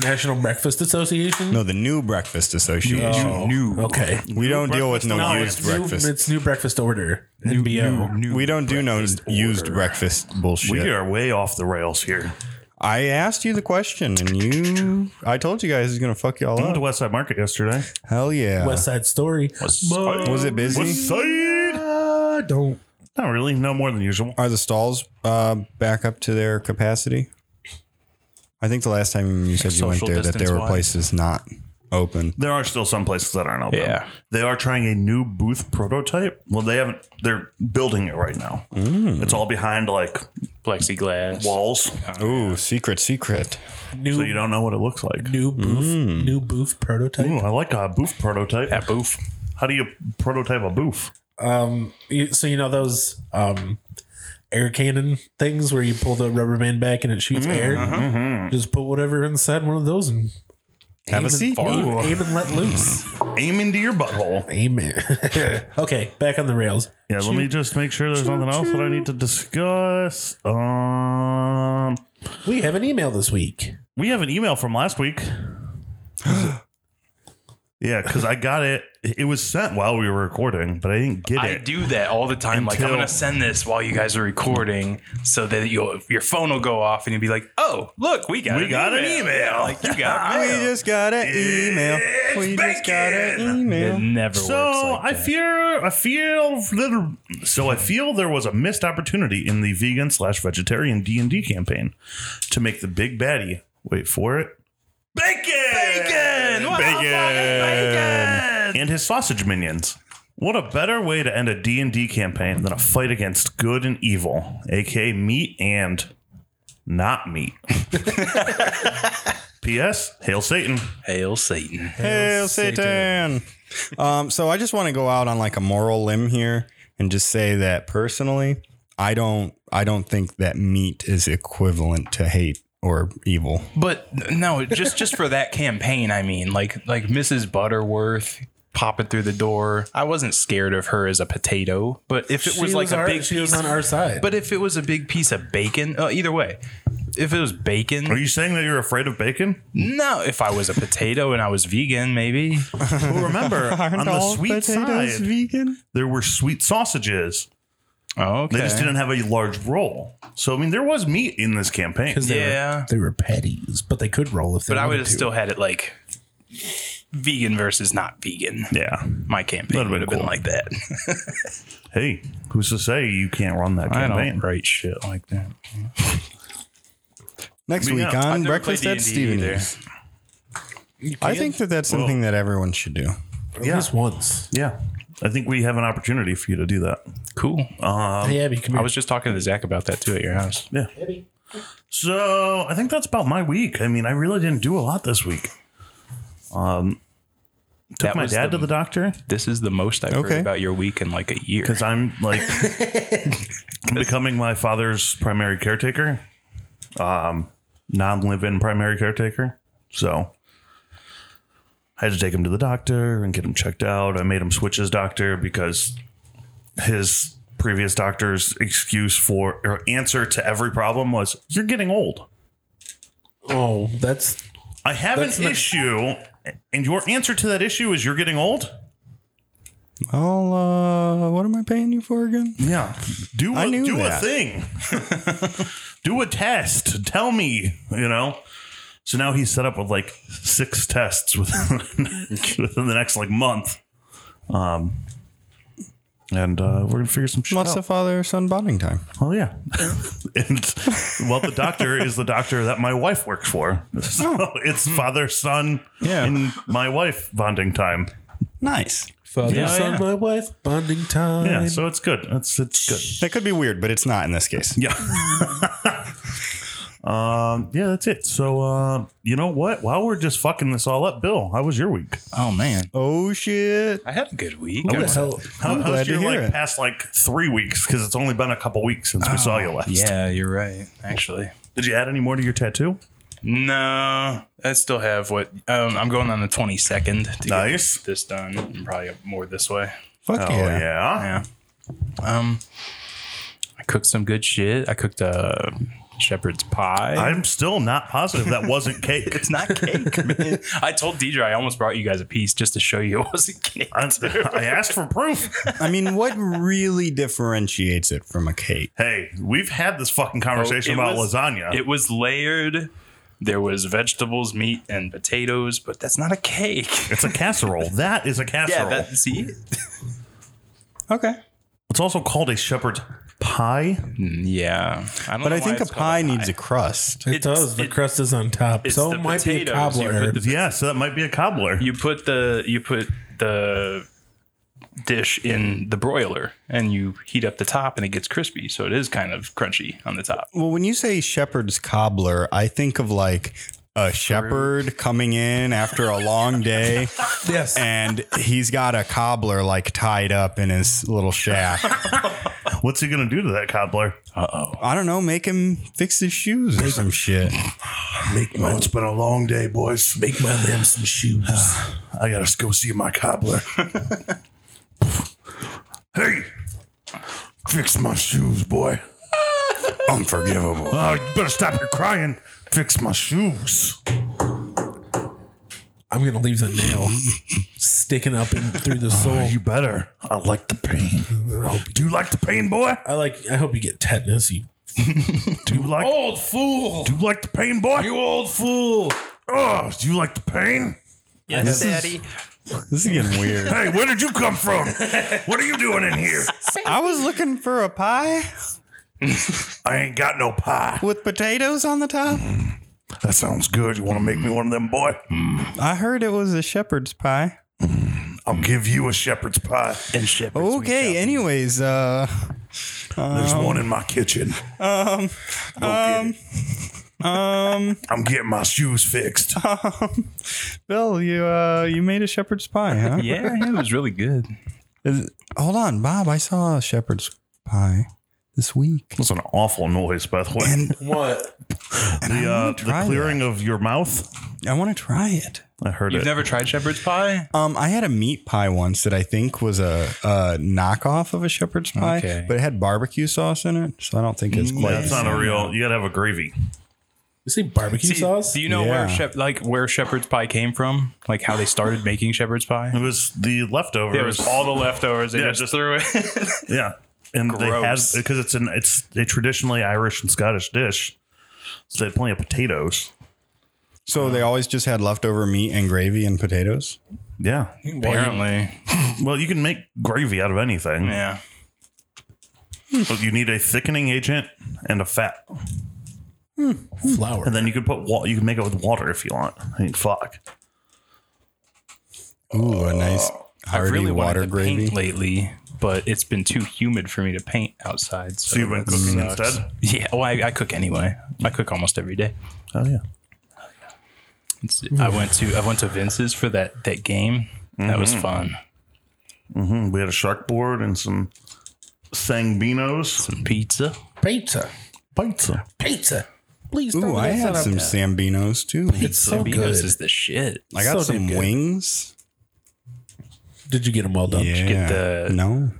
Speaker 3: National Breakfast Association.
Speaker 2: No, the New Breakfast Association.
Speaker 1: Oh.
Speaker 4: New,
Speaker 3: Okay.
Speaker 2: We don't deal with no,
Speaker 1: No,
Speaker 2: used
Speaker 1: it's
Speaker 2: breakfast.
Speaker 3: New, it's new breakfast order. NBO.
Speaker 2: we don't do no used breakfast bullshit.
Speaker 1: We are way off the rails here.
Speaker 2: I asked you the question, and you, I told you guys, it's gonna fuck y'all
Speaker 1: I went to
Speaker 2: up.
Speaker 1: West Side Market yesterday.
Speaker 2: Hell yeah.
Speaker 3: West Side Story.
Speaker 2: Was it
Speaker 1: West
Speaker 2: busy?
Speaker 1: Side?
Speaker 3: Uh, don't.
Speaker 1: Not really. No more than usual.
Speaker 2: Are the stalls uh, back up to their capacity? I think the last time you said you went
Speaker 4: Social
Speaker 2: there that there were
Speaker 4: distance-wise.
Speaker 2: places not open.
Speaker 1: There are still some places that aren't open.
Speaker 4: Yeah.
Speaker 1: They are trying a new booth prototype. Well, they haven't. They're building it right now. It's all behind like
Speaker 4: plexiglass.
Speaker 1: walls,
Speaker 2: Ooh, secret, secret.
Speaker 3: New
Speaker 1: so you don't know what it looks like.
Speaker 3: new booth. New booth prototype.
Speaker 1: Ooh, I like a booth prototype.
Speaker 4: That boof.
Speaker 1: How do you prototype a booth?
Speaker 3: Um. you- So you know those um air cannon things where you pull the rubber band back and it shoots air.
Speaker 4: Mm-hmm.
Speaker 3: Just put whatever inside one of those and
Speaker 2: Have a seat.
Speaker 3: aim, aim and let loose.
Speaker 1: Aim into your butthole.
Speaker 3: aim it. okay, back on the rails.
Speaker 1: Yeah, let me just make sure there's nothing else that I need to discuss. Um,
Speaker 3: We have an email this week.
Speaker 1: we have an email from last week. yeah, because I got it. It was sent while we were recording, but I didn't get
Speaker 4: I
Speaker 1: it.
Speaker 4: do that all the time. like I'm
Speaker 1: Until-
Speaker 4: gonna send this while you guys are recording, so that your your phone will go off and you'll be like, "Oh, look, we got
Speaker 1: We
Speaker 4: an
Speaker 1: got an
Speaker 4: email.
Speaker 1: email.
Speaker 4: Like you got
Speaker 2: We
Speaker 4: mail.
Speaker 2: just got an email. We just got an
Speaker 4: It
Speaker 2: email.
Speaker 4: never
Speaker 1: So
Speaker 4: works. like
Speaker 1: I
Speaker 4: that.
Speaker 1: fear, I feel little. So I feel there was a missed opportunity in the vegan slash vegetarian D and D campaign to make the big baddie. Wait for it. Bacon, bacon,
Speaker 4: What the fuck is bacon?
Speaker 1: and his sausage minions. What a better way to end a D and D campaign than a fight against good and evil, aka meat and not meat. P.S. Hail Satan.
Speaker 4: Hail Satan.
Speaker 2: Hail Satan. um, so I just want to go out on like a moral limb here and just say that personally, I don't, I don't think that meat is equivalent to hate or evil.
Speaker 4: But no, just just for that campaign, I mean, like like Mrs. Butterworth popping through the door. I wasn't scared of her as a potato, but if it
Speaker 3: She
Speaker 4: was like a
Speaker 3: our-
Speaker 4: big
Speaker 3: She was
Speaker 4: piece,
Speaker 3: on our side.
Speaker 4: but if it was a big piece of bacon, uh, either way, if it was bacon,
Speaker 1: Are you saying that you're afraid of bacon?
Speaker 4: No, if I was a potato and I was vegan, maybe.
Speaker 1: Well, remember, on the sweet side,
Speaker 2: vegan?
Speaker 1: there were sweet sausages.
Speaker 4: Oh, okay.
Speaker 1: They just didn't have a large roll. So I mean, there was meat in this campaign.
Speaker 3: Because they
Speaker 4: Yeah.
Speaker 3: were, they were patties, but they could roll if they.
Speaker 4: But I would
Speaker 3: wanted
Speaker 4: have
Speaker 3: to.
Speaker 4: still had it like vegan versus not vegan.
Speaker 1: Yeah.
Speaker 4: My campaign
Speaker 1: That'd've
Speaker 4: would have been
Speaker 1: been
Speaker 4: like that.
Speaker 1: Hey, who's to say you can't run that campaign?
Speaker 4: write shit like that.
Speaker 2: Next
Speaker 1: Yeah,
Speaker 2: week
Speaker 1: I've
Speaker 2: on
Speaker 4: never
Speaker 2: Breakfast
Speaker 4: played
Speaker 2: at
Speaker 4: D&D either.
Speaker 2: Stevens. I think that that's something that everyone should do.
Speaker 3: At least once.
Speaker 1: Yeah. I think we have an opportunity for you to do that.
Speaker 4: Cool.
Speaker 3: hey Abby, come
Speaker 4: Um, I
Speaker 3: here.
Speaker 4: was just talking to Zach about that too at your house.
Speaker 1: So I think that's about my week. I mean, I really didn't do a lot this week. Um, took
Speaker 4: That
Speaker 1: my
Speaker 4: was
Speaker 1: dad
Speaker 4: the-
Speaker 1: to the doctor
Speaker 4: This is the most I've
Speaker 2: Okay.
Speaker 4: heard about your week in like a year.
Speaker 1: because I'm like I'm becoming my father's primary caretaker, um, non-live-in primary caretaker. So I had to take him to the doctor and get him checked out. I made him switch his doctor because his previous doctor's excuse for or answer to every problem was, "You're getting old.
Speaker 3: Oh, that's
Speaker 1: I have
Speaker 3: That's
Speaker 1: an
Speaker 3: not-
Speaker 1: issue, and your answer to that issue is you're getting old."
Speaker 2: I'll, uh, what am I paying you for again?
Speaker 1: Yeah. Do
Speaker 2: I
Speaker 1: a
Speaker 2: knew
Speaker 1: do
Speaker 2: that.
Speaker 1: a thing. do a test. Tell me, you know. So now he's set up with like six tests within, within the next like month. Um and uh, we're gonna figure some shit
Speaker 2: What's
Speaker 1: out.
Speaker 2: the father son bonding time?
Speaker 1: oh yeah, and well, the doctor is the doctor that my wife works for. So it's father son
Speaker 2: Oh. Yeah.
Speaker 1: and my wife bonding time.
Speaker 2: Nice.
Speaker 3: father,
Speaker 1: Yeah,
Speaker 3: son,
Speaker 1: yeah.
Speaker 3: my wife, bonding time.
Speaker 1: Yeah, so it's good. It's it's good.
Speaker 2: That could be weird, but it's not in this case.
Speaker 1: Yeah. um, yeah, that's it. So, uh, you know what? While we're just fucking this all up, Bill, how was your week?
Speaker 4: Oh man,
Speaker 2: Oh shit!
Speaker 4: I had a good week.
Speaker 3: Who
Speaker 4: I
Speaker 3: the
Speaker 4: was-
Speaker 3: hell?
Speaker 1: How,
Speaker 2: glad
Speaker 1: how's
Speaker 2: to
Speaker 1: your
Speaker 2: hear
Speaker 1: like
Speaker 2: it.
Speaker 1: past like three weeks? Because it's only been a couple weeks since we saw you last.
Speaker 4: Oh, yeah, you're right. Actually,
Speaker 1: Did you add any more to your tattoo?
Speaker 4: no, I still have what um, I'm going on the 22nd. To
Speaker 1: Nice.
Speaker 4: Get this done. and probably up more this way.
Speaker 2: Fuck
Speaker 1: Oh yeah.
Speaker 2: yeah.
Speaker 4: Yeah. Um, I cooked some good shit. I cooked a shepherd's pie.
Speaker 1: I'm still not positive that wasn't cake.
Speaker 4: it's not cake, man. I told Deidre I almost brought you guys a piece just to show you it wasn't cake.
Speaker 1: I, I asked for proof.
Speaker 2: I mean, what really differentiates it from a cake?
Speaker 1: Hey, we've had this fucking conversation
Speaker 4: Oh, it
Speaker 1: about
Speaker 4: was-
Speaker 1: lasagna.
Speaker 4: It was layered. There was vegetables, meat, and potatoes, but that's not a cake.
Speaker 1: it's a casserole. That is a
Speaker 4: Yeah,
Speaker 1: casserole.
Speaker 4: that, see?
Speaker 2: Okay,
Speaker 1: it's also called a shepherd's pie.
Speaker 4: Yeah. I don't
Speaker 2: but
Speaker 4: know
Speaker 2: I
Speaker 4: why
Speaker 2: think a
Speaker 4: it's called
Speaker 2: pie needs a crust.
Speaker 3: It
Speaker 4: It's-
Speaker 3: does. The
Speaker 4: it-
Speaker 3: crust is on top,
Speaker 4: it's
Speaker 3: so
Speaker 4: the
Speaker 3: it might be a
Speaker 4: potatoes. You
Speaker 3: cobbler.
Speaker 4: put the-
Speaker 1: Yeah, so that might be a cobbler.
Speaker 4: You put the you put the dish in the broiler and you heat up the top and it gets crispy, so it is kind of crunchy on the top.
Speaker 2: Well, when you say shepherd's cobbler, I think of like a shepherd coming in after a long day,
Speaker 3: yes,
Speaker 2: and he's got a cobbler like tied up in his little shack.
Speaker 1: What's he gonna do to that cobbler?
Speaker 2: I don't know, make him fix his shoes or some shit.
Speaker 7: Make my, Oh, it's been a long day, boys. Make my limbs some shoes. I gotta go see my cobbler. hey, fix my shoes, boy. Unforgivable.
Speaker 1: Oh, you better stop your crying.
Speaker 7: Fix my shoes.
Speaker 3: I'm gonna leave the nail sticking up in, through
Speaker 4: Oh,
Speaker 3: the sole.
Speaker 7: You better. I like the pain. Oh, Do you like the pain, boy?
Speaker 3: I like. I hope you get tetanus. You
Speaker 7: Do you like?
Speaker 3: old fool.
Speaker 7: Do you like the pain, boy? You old fool. Oh, do you like the pain?
Speaker 4: Yes, Daddy.
Speaker 2: This is getting weird.
Speaker 7: Hey, where did you come from? what are you doing in here?
Speaker 2: I was looking for a pie
Speaker 7: I ain't got no pie.
Speaker 2: with potatoes on the top.
Speaker 7: That sounds good. You want to make me one of them, boy?
Speaker 2: I heard it was a shepherd's pie.
Speaker 7: I'll give you a shepherd's pie.
Speaker 4: And shepherd's
Speaker 2: Okay, anyways, uh
Speaker 7: There's one in my kitchen. Um, Go get it. um, I'm getting my shoes fixed.
Speaker 2: Bill, you uh you made a shepherd's pie, huh?
Speaker 4: Yeah, yeah, it was really good.
Speaker 2: Is- hold on, Bob, I saw a shepherd's pie this week.
Speaker 1: That's an awful noise, by the way.
Speaker 2: And
Speaker 3: What?
Speaker 2: and
Speaker 1: the
Speaker 2: I
Speaker 1: uh,
Speaker 2: want to
Speaker 1: the
Speaker 2: try
Speaker 1: clearing of your mouth.
Speaker 2: that. I want to try it.
Speaker 1: I heard
Speaker 4: You've
Speaker 1: it.
Speaker 4: never tried shepherd's pie?
Speaker 2: Um, I had a meat pie once that I think was a, a knockoff of a shepherd's pie,
Speaker 4: Okay.
Speaker 2: but it had barbecue sauce in it, so I don't think it's quite.
Speaker 1: Mm, That's not a real. You gotta have a gravy.
Speaker 3: You see barbecue
Speaker 4: See,
Speaker 3: sauce?
Speaker 4: Do you know
Speaker 2: Yeah.
Speaker 4: where shep- like where shepherd's pie came from? Like how they started making shepherd's
Speaker 1: It
Speaker 4: pie?
Speaker 1: was the leftovers.
Speaker 4: There was all the leftovers. They
Speaker 1: Yeah,
Speaker 4: just
Speaker 1: just-
Speaker 4: threw it.
Speaker 1: yeah, and they had
Speaker 4: Gross.
Speaker 1: because it's an it's a traditionally Irish and Scottish dish. So they had plenty of potatoes.
Speaker 2: So they always just had leftover meat and gravy and potatoes.
Speaker 1: Yeah.
Speaker 4: Apparently,
Speaker 1: Well, you can make gravy out of anything.
Speaker 4: yeah.
Speaker 1: But you need a thickening agent and a fat,
Speaker 3: Flour.
Speaker 1: and then you can put wa- you can make it with water if you want. I mean, fuck.
Speaker 2: Ooh, a nice hearty
Speaker 4: I really wanted
Speaker 2: water
Speaker 4: to
Speaker 2: gravy.
Speaker 4: paint lately, but it's been too humid for me to paint outside. So,
Speaker 1: So you've been
Speaker 4: that
Speaker 1: cooking
Speaker 4: sucks.
Speaker 1: instead.
Speaker 4: Yeah, well, I, I cook anyway. I cook almost every day.
Speaker 1: Oh yeah.
Speaker 4: It's- I went to I went to Vince's for that that game. That was fun.
Speaker 1: Mm, We had a shark board and some sanguinos.
Speaker 4: Pizza.
Speaker 3: Pizza.
Speaker 1: Pizza.
Speaker 3: Pizza. Please.
Speaker 2: Ooh,
Speaker 3: don't
Speaker 2: I
Speaker 3: mess
Speaker 2: had
Speaker 3: that up.
Speaker 2: some Sambinos too.
Speaker 3: It's so Oh, good.
Speaker 4: Sambinos is the shit.
Speaker 2: I got
Speaker 3: so damn
Speaker 2: some
Speaker 3: good.
Speaker 2: wings.
Speaker 3: Did you get them all done?
Speaker 2: Yeah.
Speaker 4: get the-
Speaker 2: no.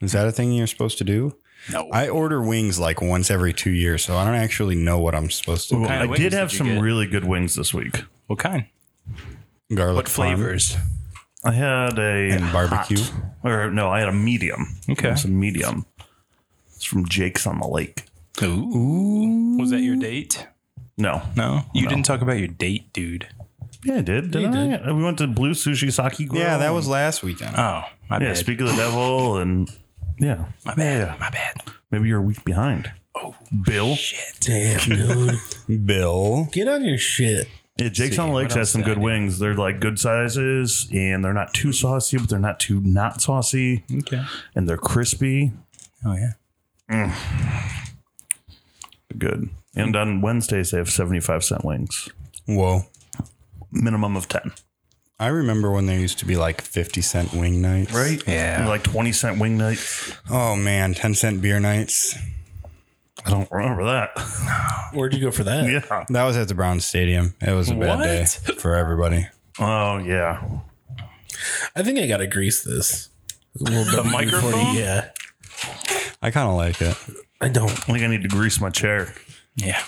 Speaker 2: Is that a thing you're supposed to do?
Speaker 4: No.
Speaker 2: I order wings like once every two years, so I don't actually know what I'm supposed to.
Speaker 1: Ooh,
Speaker 4: kind
Speaker 1: I
Speaker 4: of wings
Speaker 1: did
Speaker 4: did
Speaker 1: have
Speaker 4: you
Speaker 1: some
Speaker 4: get?
Speaker 1: really good wings this week.
Speaker 4: What kind?
Speaker 2: do.
Speaker 4: What
Speaker 2: Garlic parm
Speaker 4: flavors?
Speaker 1: I had a
Speaker 2: and barbecue.
Speaker 1: or no, I had a medium.
Speaker 4: Okay.
Speaker 1: Some medium. It's from Jake's on the Lake.
Speaker 4: Ooh. Was that your date?
Speaker 1: No.
Speaker 4: No. You didn't talk about your date, dude.
Speaker 1: Yeah, I did. Did I? We went to Blue Sushi Saki Grill.
Speaker 2: Yeah, that was last weekend.
Speaker 4: Oh, my
Speaker 1: Yeah,
Speaker 4: bad.
Speaker 1: Speak of the Devil and yeah.
Speaker 4: my bad. My bad.
Speaker 1: Maybe you're a week behind. Oh, Bill.
Speaker 3: Damn, dude.
Speaker 2: Bill,
Speaker 3: Get on your shit.
Speaker 1: Yeah, Jake's on the Lake has some good wings. They're like good sizes and they're not too saucy, but they're not too not saucy
Speaker 4: Okay.
Speaker 1: and they're crispy. Mm.
Speaker 4: Oh yeah.
Speaker 1: Good. And on Wednesdays, they have 75 cent wings,
Speaker 2: whoa!
Speaker 1: minimum of 10.
Speaker 2: I remember when there used to be like fifty cent wing nights,
Speaker 1: Right?
Speaker 4: Yeah.
Speaker 1: Like 20 cent wing nights.
Speaker 2: Oh man, ten cent beer nights.
Speaker 1: I don't remember that.
Speaker 3: Where'd you go for that?
Speaker 1: yeah.
Speaker 2: That was at the Brown Stadium. It was a bad
Speaker 4: What?
Speaker 2: day for everybody.
Speaker 1: Oh, yeah.
Speaker 3: I think I gotta grease this. A little bit before-
Speaker 4: microphone?
Speaker 3: yeah.
Speaker 2: I kind of like it.
Speaker 3: I don't.
Speaker 1: I think I need to grease my chair.
Speaker 4: Yeah.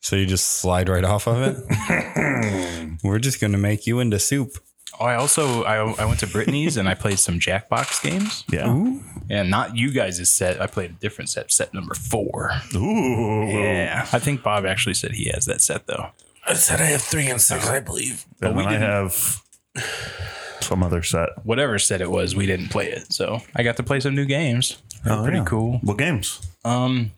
Speaker 2: So you just slide right off of it. We're just gonna make you into soup.
Speaker 4: Oh, I also I, I went to Brittany's and I played some Jackbox games.
Speaker 1: Yeah. Ooh.
Speaker 4: And not you guys' set. I played a different set, set number four. Yeah. I think Bob actually said he has that set though.
Speaker 3: I said I have three and six, I believe.
Speaker 1: And
Speaker 4: we
Speaker 1: then I
Speaker 4: didn't-
Speaker 1: have some other set.
Speaker 4: Whatever set it was, we didn't play it. So I got to play some new games. They were pretty
Speaker 1: yeah.
Speaker 4: cool.
Speaker 1: What games?
Speaker 4: Um,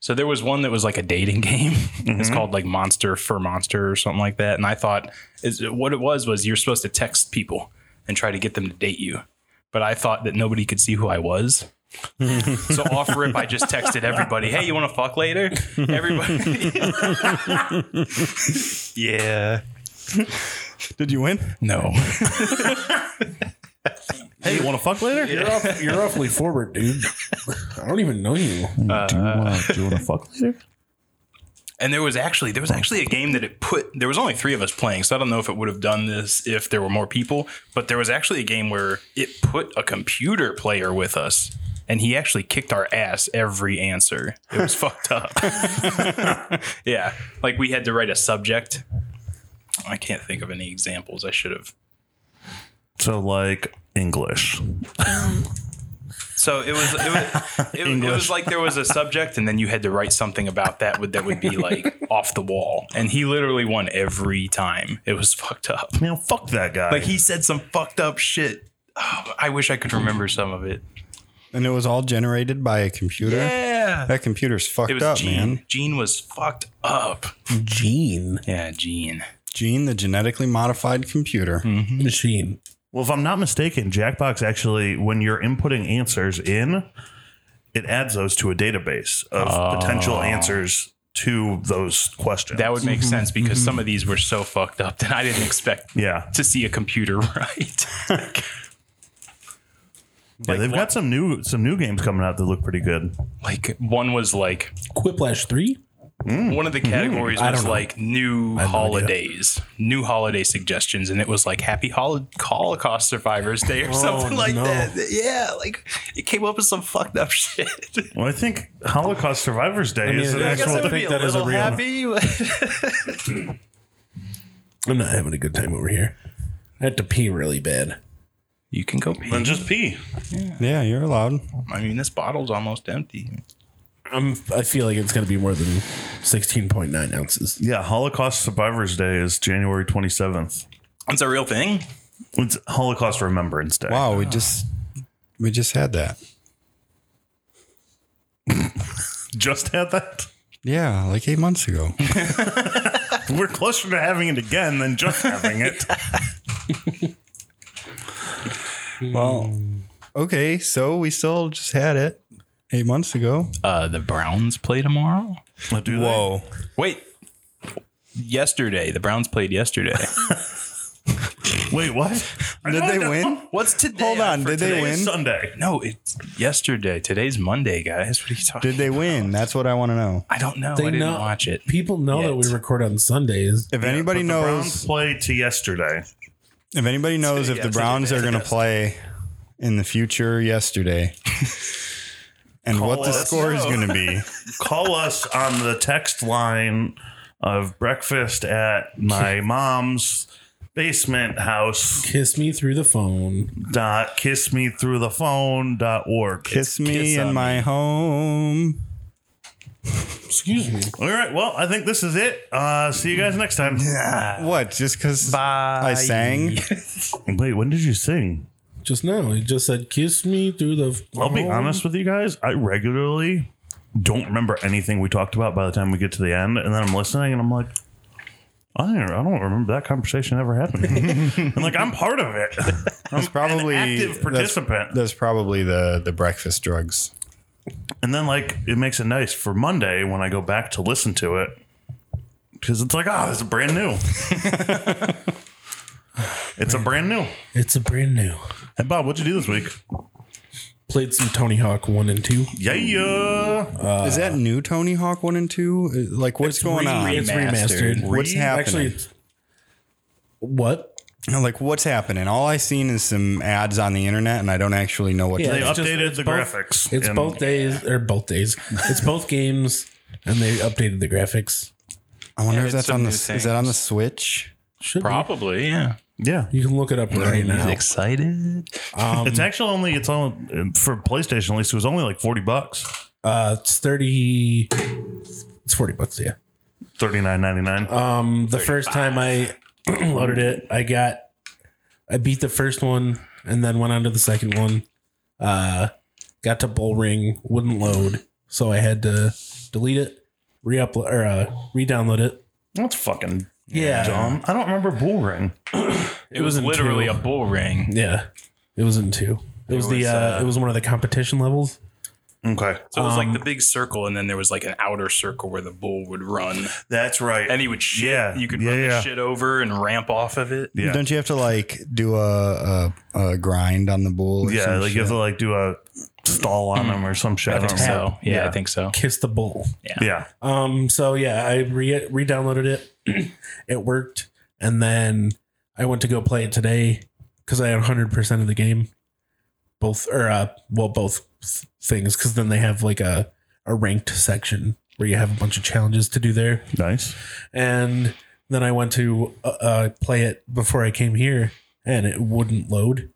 Speaker 4: so there was one that was like a dating game. It's called like Monster for Monster or something like that. And I thought is what it was was you're supposed to text people and try to get them to date you. But I thought that nobody could see who I was. so off rip, I just texted everybody, "Hey, you want to fuck later?" Everybody, yeah,
Speaker 2: Did you win?
Speaker 4: no,
Speaker 1: Hey, you want to fuck later?
Speaker 3: You're, off, you're awfully forward, dude. I don't even know you.
Speaker 1: Do you want to fuck later?
Speaker 4: And there was actually there was actually a game that it put there was only three of us playing, so I don't know if it would have done this if there were more people. But there was actually a game where it put a computer player with us, and he actually kicked our ass every answer. It was fucked up. yeah, like we had to write a subject. I can't think of any examples. I should have.
Speaker 1: So, like English.
Speaker 4: So it was it was, it, was- it was like there was a subject, and then you had to write something about that would that would be like off the wall. And he literally won every time. It was fucked up.
Speaker 1: Now, fuck that guy.
Speaker 4: Like he said some fucked up shit. Oh, I wish I could remember some of it.
Speaker 2: And it was all generated by a computer.
Speaker 4: Yeah.
Speaker 2: That computer's fucked
Speaker 4: It was
Speaker 2: up,
Speaker 4: Gene.
Speaker 2: man.
Speaker 4: Gene was fucked up.
Speaker 3: Gene
Speaker 4: Yeah, Gene.
Speaker 2: Gene, the genetically modified computer.
Speaker 1: Hmm.
Speaker 3: machine.
Speaker 1: well, if I'm not mistaken, Jackbox actually, when you're inputting answers in, it adds those to a database of potential answers to those questions.
Speaker 4: That would make
Speaker 3: Mm-hmm.
Speaker 4: sense because some of these were so fucked up that I didn't expect
Speaker 1: yeah.
Speaker 4: to see a computer right.
Speaker 1: yeah they've got some new some new games coming out that look pretty good.
Speaker 4: like one was like
Speaker 3: Quiplash three.
Speaker 4: one of the categories
Speaker 3: Hmm. Mm-hmm. I
Speaker 4: was
Speaker 3: don't know.
Speaker 4: like new holidays, new holiday suggestions, and it was like Happy Hol- Holocaust Survivors Day or something like
Speaker 3: Oh, no.
Speaker 4: that. Yeah, like it came up with some fucked up shit.
Speaker 1: Well, I think Holocaust Survivors Day
Speaker 3: mean,
Speaker 1: is an
Speaker 3: I guess
Speaker 1: actual
Speaker 3: it
Speaker 1: thing.
Speaker 3: would be- think that is a real-
Speaker 4: happy.
Speaker 3: I'm not having a good time over here. I had to pee really bad.
Speaker 4: You can go
Speaker 1: Then just pee.
Speaker 2: Yeah, you're allowed.
Speaker 4: I mean, this bottle's almost empty.
Speaker 3: I'm. I feel like it's gonna be more than sixteen point nine ounces.
Speaker 1: Yeah, Holocaust Survivors Day is January 27th.
Speaker 4: It's a real thing.
Speaker 1: It's Holocaust Remembrance Day.
Speaker 2: Wow, we just we just had that.
Speaker 1: Just had that.
Speaker 2: Yeah, like eight months ago.
Speaker 1: Hmm. We're closer to having it again than just having it.
Speaker 2: well, okay, so we still just had it eight months ago.
Speaker 4: Uh, the Browns play tomorrow.
Speaker 1: Do they?
Speaker 2: Whoa,
Speaker 4: Wait, yesterday the Browns played yesterday.
Speaker 1: Wait, what?
Speaker 2: did they win?
Speaker 4: What's today?
Speaker 2: Hold on, did they
Speaker 1: Today's
Speaker 2: win?
Speaker 1: Sunday.
Speaker 4: No, it's yesterday. Today's Monday, guys. What are you talking?
Speaker 2: Did they win? That's what I want to know.
Speaker 4: I don't know.
Speaker 3: They
Speaker 4: I didn't
Speaker 3: know-
Speaker 4: watch it.
Speaker 3: People know that
Speaker 4: Yet.
Speaker 3: we record on Sundays.
Speaker 2: If anybody
Speaker 1: But The Browns
Speaker 2: knows,
Speaker 1: played to yesterday.
Speaker 2: if anybody knows if
Speaker 4: yeah,
Speaker 2: the
Speaker 4: it's a
Speaker 2: Browns are going to play in the future yesterday and what
Speaker 1: Call
Speaker 2: the
Speaker 1: us.
Speaker 2: score is going to be.
Speaker 1: Call us on the text line of breakfast at my mom's basement house
Speaker 3: Kiss me through the phone.
Speaker 1: dot kiss me through the phone dot org.
Speaker 2: Kiss me
Speaker 4: kiss
Speaker 2: in
Speaker 4: on
Speaker 2: my home.
Speaker 3: Excuse me.
Speaker 1: All right. Well, I think this is it. Uh, see you guys next time.
Speaker 2: What? Just because I sang?
Speaker 1: Wait, when did you sing?
Speaker 3: Just now, he just said, "Kiss me through the."
Speaker 1: I'll be
Speaker 3: phone."
Speaker 1: honest with you guys. I regularly don't remember anything we talked about by the time we get to the end, and then I'm listening and I'm like, I don't, I don't remember that conversation ever happening. I'm like, I'm part of it.
Speaker 2: That's probably
Speaker 1: active
Speaker 2: that's,
Speaker 1: participant.
Speaker 2: that's probably the the breakfast drugs.
Speaker 1: and then like it makes it nice for Monday when I go back to listen to it because it's like, oh, it's brand new. it's a brand new.
Speaker 3: It's a brand new.
Speaker 1: Hey Bob, what'd you do this week?
Speaker 3: Played some Tony Hawk one and two.
Speaker 1: Yeah, yeah.
Speaker 2: is that new Tony Hawk one and two? Uh, Like what's going on?
Speaker 3: It's remastered.
Speaker 2: What's happening?
Speaker 3: Actually, it's, what?
Speaker 2: I'm like what's happening? All I seen is some ads on the internet, and I don't actually know what.
Speaker 3: Yeah,
Speaker 1: They
Speaker 3: it's just-
Speaker 1: updated
Speaker 3: it's
Speaker 1: the
Speaker 3: both-
Speaker 1: graphics.
Speaker 3: It's
Speaker 1: and-
Speaker 3: both days or both days. It's both games, and they updated the graphics.
Speaker 2: I wonder
Speaker 4: Yeah, it's
Speaker 2: if that's
Speaker 4: some
Speaker 2: on the
Speaker 4: new
Speaker 2: is that on the Switch?
Speaker 3: Should be.
Speaker 4: Probably, yeah.
Speaker 1: Yeah.
Speaker 3: You can look it up right now.
Speaker 4: excited.
Speaker 3: Um,
Speaker 1: It's actually only it's on for PlayStation at least. It was only like forty bucks,
Speaker 3: uh, it's thirty. It's forty bucks. Yeah.
Speaker 1: thirty nine ninety nine.
Speaker 3: Um, the first time I loaded it, I got, I beat the first one and then went on to the second one. Uh, got to Bull Ring, wouldn't load, so I had to delete it, re-upload or uh, re-download it.
Speaker 1: That's fucking
Speaker 3: Yeah,
Speaker 1: dumb. I don't remember Bull Ring.
Speaker 4: It, was,
Speaker 3: in
Speaker 4: literally
Speaker 3: two.
Speaker 4: a bull ring.
Speaker 3: yeah. It was in two. It was,
Speaker 4: was,
Speaker 3: the uh,
Speaker 4: uh,
Speaker 3: it was one of the competition levels.
Speaker 1: Okay,
Speaker 4: So it was
Speaker 3: Um,
Speaker 4: like the big circle, and then there was like an outer circle where the bull would run,
Speaker 1: that's right.
Speaker 4: and he would shit.
Speaker 1: Yeah,
Speaker 4: you could
Speaker 1: yeah,
Speaker 4: run
Speaker 1: yeah.
Speaker 4: the shit over and ramp off of it.
Speaker 1: yeah,
Speaker 2: Don't you have to like do a a, a grind on the bull? Or
Speaker 1: yeah.
Speaker 2: some
Speaker 1: Like you have to like do a stall on him or some shit. I
Speaker 4: I think
Speaker 1: don't know.
Speaker 4: so. Yeah, I think so.
Speaker 3: Kiss the bull.
Speaker 1: Yeah,
Speaker 3: Um, so yeah, I re re-downloaded it. it worked, and then I went to go play it today because I had 100 percent of the game, both or uh, well, both th- things. Because then they have like a a ranked section where you have a bunch of challenges to do there,
Speaker 1: nice.
Speaker 3: and then I went to uh, uh, play it before I came here, and it wouldn't load.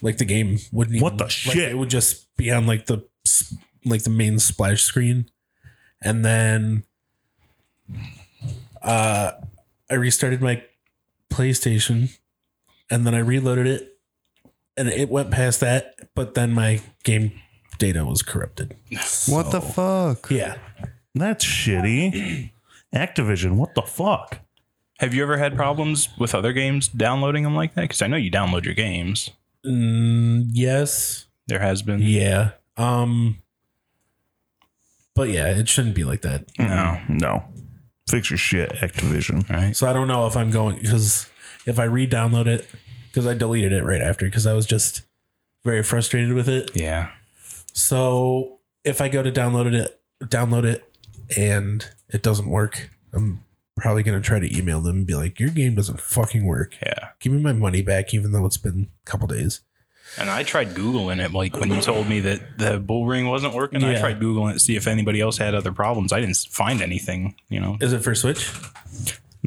Speaker 3: Like the game wouldn't.
Speaker 1: What
Speaker 3: even-
Speaker 1: the
Speaker 3: like,
Speaker 1: shit?
Speaker 3: It would just be on like the s- like the main splash screen, and then uh, I restarted my PlayStation, and then I reloaded it, and it went past that. But then my game data was corrupted.
Speaker 2: shit? What the
Speaker 3: So,
Speaker 2: fuck?
Speaker 3: Yeah,
Speaker 1: That's shitty. Activision, what the fuck?
Speaker 4: Have you ever had problems with other games downloading them like that? Because I know you download your games.
Speaker 3: Mm, yes.
Speaker 4: There has been.
Speaker 3: Yeah. Um but yeah, it shouldn't be like that.
Speaker 4: No.
Speaker 1: no. Fix your shit, Activision.
Speaker 4: Right.
Speaker 3: So I don't know if I'm going cuz if I re-download it cuz I deleted it right after cuz I was just very frustrated with it.
Speaker 4: Yeah.
Speaker 3: So if I go to download it download it and it doesn't work, I'm probably going to try to email them and be like your game doesn't fucking work.
Speaker 4: Yeah.
Speaker 3: Give me my money back even though it's been a couple days.
Speaker 4: And I tried Googling it. Like when you told me that the bull ring wasn't working, I
Speaker 3: Yeah.
Speaker 4: tried Googling it to see if anybody else had other problems. I didn't find anything, you know.
Speaker 3: Is it for Switch?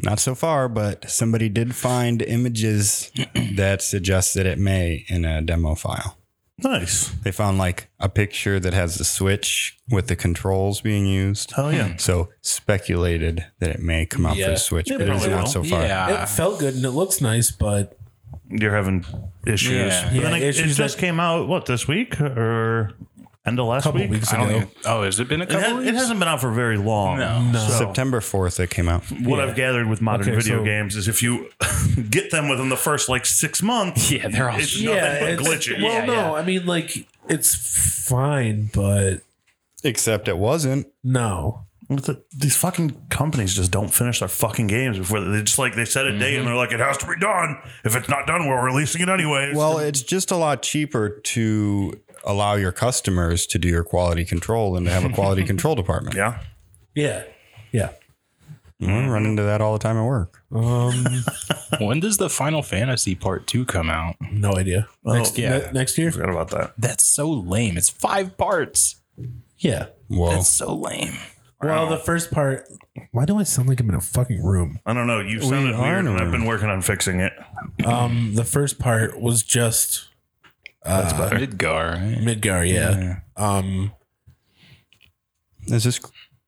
Speaker 2: Not so far, but somebody did find images that suggested it may in a demo file.
Speaker 1: Nice.
Speaker 2: They found like a picture that has the switch with the controls being used.
Speaker 1: Hell yeah.
Speaker 2: So speculated that it may come out for
Speaker 3: Yeah.
Speaker 2: the Switch,
Speaker 1: It
Speaker 2: but it is
Speaker 1: probably
Speaker 2: not
Speaker 1: will.
Speaker 2: so far.
Speaker 4: Yeah.
Speaker 3: it felt good and it looks nice, but
Speaker 1: You're having issues.
Speaker 4: Yeah.
Speaker 1: But then
Speaker 3: Yeah,
Speaker 1: it,
Speaker 3: issues
Speaker 1: it just
Speaker 3: that-
Speaker 1: came out, what, this week or end of last
Speaker 3: couple
Speaker 1: week?
Speaker 3: weeks
Speaker 4: I don't
Speaker 3: ago.
Speaker 4: even- oh, has it been a
Speaker 1: It,
Speaker 4: couple
Speaker 1: has,
Speaker 4: weeks?
Speaker 1: it hasn't been out for very long.
Speaker 4: No.
Speaker 3: No.
Speaker 1: So-
Speaker 2: September 4th, it came out.
Speaker 1: what I've gathered with modern
Speaker 3: Okay,
Speaker 1: video
Speaker 3: so-
Speaker 1: games is if you get them within the first like six months,
Speaker 4: Yeah, they're all
Speaker 1: it's
Speaker 4: shit.
Speaker 1: nothing but
Speaker 3: it's-
Speaker 1: glitches.
Speaker 3: Well,
Speaker 4: Yeah,
Speaker 3: no,
Speaker 4: yeah.
Speaker 3: I mean like it's fine, but
Speaker 2: Except it wasn't.
Speaker 3: no.
Speaker 1: What's the- these fucking companies just don't finish their fucking games before they just like they set a date and they're like, it has to be done. If it's not done, we're releasing it anyways.
Speaker 2: Well, it's just a lot cheaper to allow your customers to do your quality control than to have a quality control department.
Speaker 1: yeah,
Speaker 3: Yeah. Yeah.
Speaker 2: I Mm-hmm. run into that all the time at work.
Speaker 3: Um,
Speaker 4: When does the Final Fantasy Part 2 come out?
Speaker 3: no idea. next,
Speaker 4: yeah.
Speaker 3: ne- next year?
Speaker 1: Forgot about that.
Speaker 4: That's so lame. It's five parts.
Speaker 3: Yeah.
Speaker 2: Whoa.
Speaker 4: That's so lame.
Speaker 3: Well, the first part. Why do I sound like I'm in a fucking room?
Speaker 1: I don't know. You
Speaker 2: We
Speaker 1: sounded
Speaker 2: are
Speaker 1: weird,
Speaker 2: in a
Speaker 1: and I've
Speaker 2: room.
Speaker 1: been working on fixing it.
Speaker 3: Um, the first part was just
Speaker 1: That's better.
Speaker 4: Midgar. right?
Speaker 3: Midgar. Yeah. Um,
Speaker 2: Is this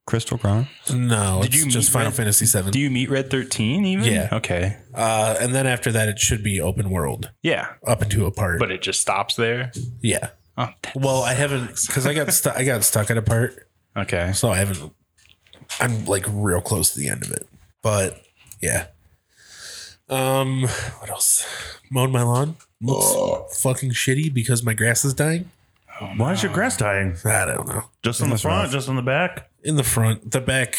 Speaker 2: Crystal Crown?
Speaker 3: no,
Speaker 4: Did
Speaker 3: it's
Speaker 4: you
Speaker 3: just
Speaker 4: meet
Speaker 3: Final
Speaker 4: Red-
Speaker 3: Fantasy Seven.
Speaker 4: Do you meet Red 13 even?
Speaker 3: Yeah.
Speaker 4: Okay.
Speaker 3: uh, and then after that, it should be open world
Speaker 4: Yeah.
Speaker 3: up into a part.
Speaker 4: But it just stops there.
Speaker 3: yeah.
Speaker 4: Oh, that-
Speaker 3: Well, I haven't because I got stuck. I got stuck at a part,
Speaker 4: okay.
Speaker 3: so I haven't. I'm like real close to the end of it, but yeah. Um, what else? Mowed my lawn. Looks fucking shitty because my grass is dying.
Speaker 1: Why is your grass dying?
Speaker 3: I don't know.
Speaker 1: Just on the front, just on the back.
Speaker 3: In the front, the back,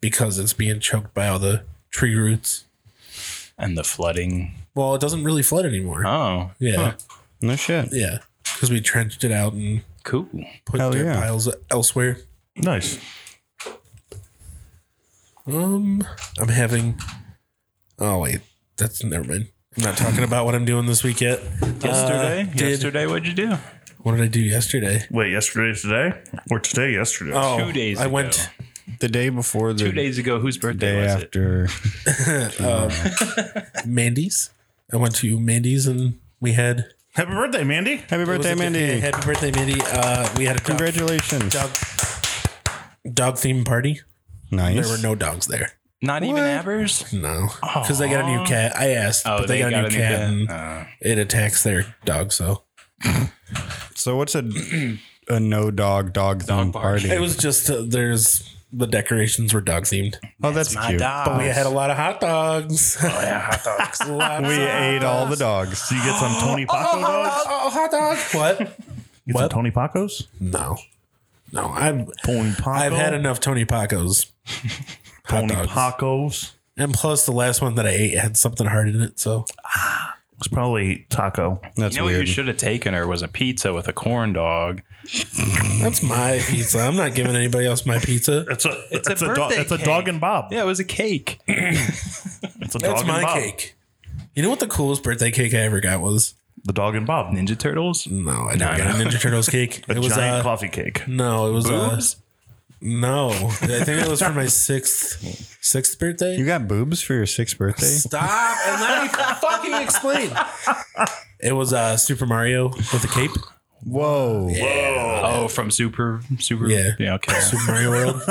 Speaker 3: because it's being choked by all the tree roots.
Speaker 4: And the flooding.
Speaker 3: Well, it doesn't really flood anymore.
Speaker 4: Oh,
Speaker 3: Yeah,
Speaker 2: No shit.
Speaker 3: yeah, because we trenched it out and
Speaker 4: cool.
Speaker 3: put
Speaker 2: Hell
Speaker 3: dirt
Speaker 2: yeah.
Speaker 3: piles elsewhere.
Speaker 1: Nice.
Speaker 3: Um, I'm having. Oh wait, that's never mind. I'm not talking about what I'm doing this week yet.
Speaker 4: Yesterday?
Speaker 3: Uh, did-
Speaker 4: yesterday, what'd you do?
Speaker 3: What did I do yesterday?
Speaker 1: Wait, yesterday's today or today yesterday?
Speaker 3: Oh,
Speaker 4: Two days
Speaker 3: I
Speaker 4: ago.
Speaker 3: went.
Speaker 2: The day before the
Speaker 4: Two days ago, whose birthday
Speaker 2: day
Speaker 4: was it?
Speaker 2: after.
Speaker 3: Mandy's. I went to Mandy's and we had.
Speaker 1: Happy birthday, Mandy!
Speaker 2: Happy birthday,
Speaker 3: was it-
Speaker 2: Mandy.
Speaker 3: Happy birthday, Mandy! Uh, we had a dog,
Speaker 2: Congratulations.
Speaker 3: dog dog theme party.
Speaker 2: Nice.
Speaker 3: There were no dogs there.
Speaker 4: Not even Evers?
Speaker 3: No, because they got a new cat. I asked,
Speaker 4: Oh,
Speaker 3: but they, got, a new cat, and
Speaker 4: Uh,
Speaker 3: it attacks their dog. So
Speaker 2: so what's a a no dog dog theme party?
Speaker 3: it was just uh, there's the decorations were dog themed.
Speaker 2: oh, that's,
Speaker 4: my
Speaker 2: cute.
Speaker 4: dog.
Speaker 3: We had a lot of hot Oh, dogs. Lots
Speaker 2: We
Speaker 3: of-
Speaker 2: ate all the dogs.
Speaker 1: So you get some Tony Paco dogs?
Speaker 3: Oh, hot dog. What?
Speaker 1: You get some Tony Pacos?
Speaker 3: No, no. I'm.
Speaker 1: Tony Paco.
Speaker 3: I've had enough Tony Pacos.
Speaker 1: Tony
Speaker 3: dogs.
Speaker 1: Pacos.
Speaker 3: And plus, the last one that I ate had something hard in it. So
Speaker 1: It's probably taco.
Speaker 2: That's
Speaker 4: You know what
Speaker 2: weird.
Speaker 4: you should have taken her was a pizza with a corn dog.
Speaker 3: that's my pizza. I'm not giving anybody else my pizza.
Speaker 1: It's a
Speaker 4: It's a
Speaker 1: it's a, dog
Speaker 4: birthday
Speaker 1: it's a
Speaker 4: cake.
Speaker 1: dog and Bob.
Speaker 4: Yeah, it was a cake.
Speaker 1: It's a dog
Speaker 3: That's
Speaker 1: and
Speaker 3: my
Speaker 1: Bob.
Speaker 3: cake. You know what the coolest birthday cake I ever got was?
Speaker 1: The dog and Bob. A
Speaker 4: Ninja Turtles?
Speaker 3: No, I didn't get a Ninja Turtles cake. it was
Speaker 1: giant
Speaker 3: uh,
Speaker 1: coffee cake.
Speaker 3: no, it was uh,
Speaker 4: Boobs?
Speaker 3: no. I think it was for my sixth sixth birthday.
Speaker 2: You got boobs for your sixth birthday?
Speaker 3: Stop and let me fucking explain. It was uh, Super Mario with a cape.
Speaker 2: Whoa.
Speaker 4: Oh, from Super Super.
Speaker 3: Yeah.
Speaker 4: yeah okay.
Speaker 3: Super Mario World.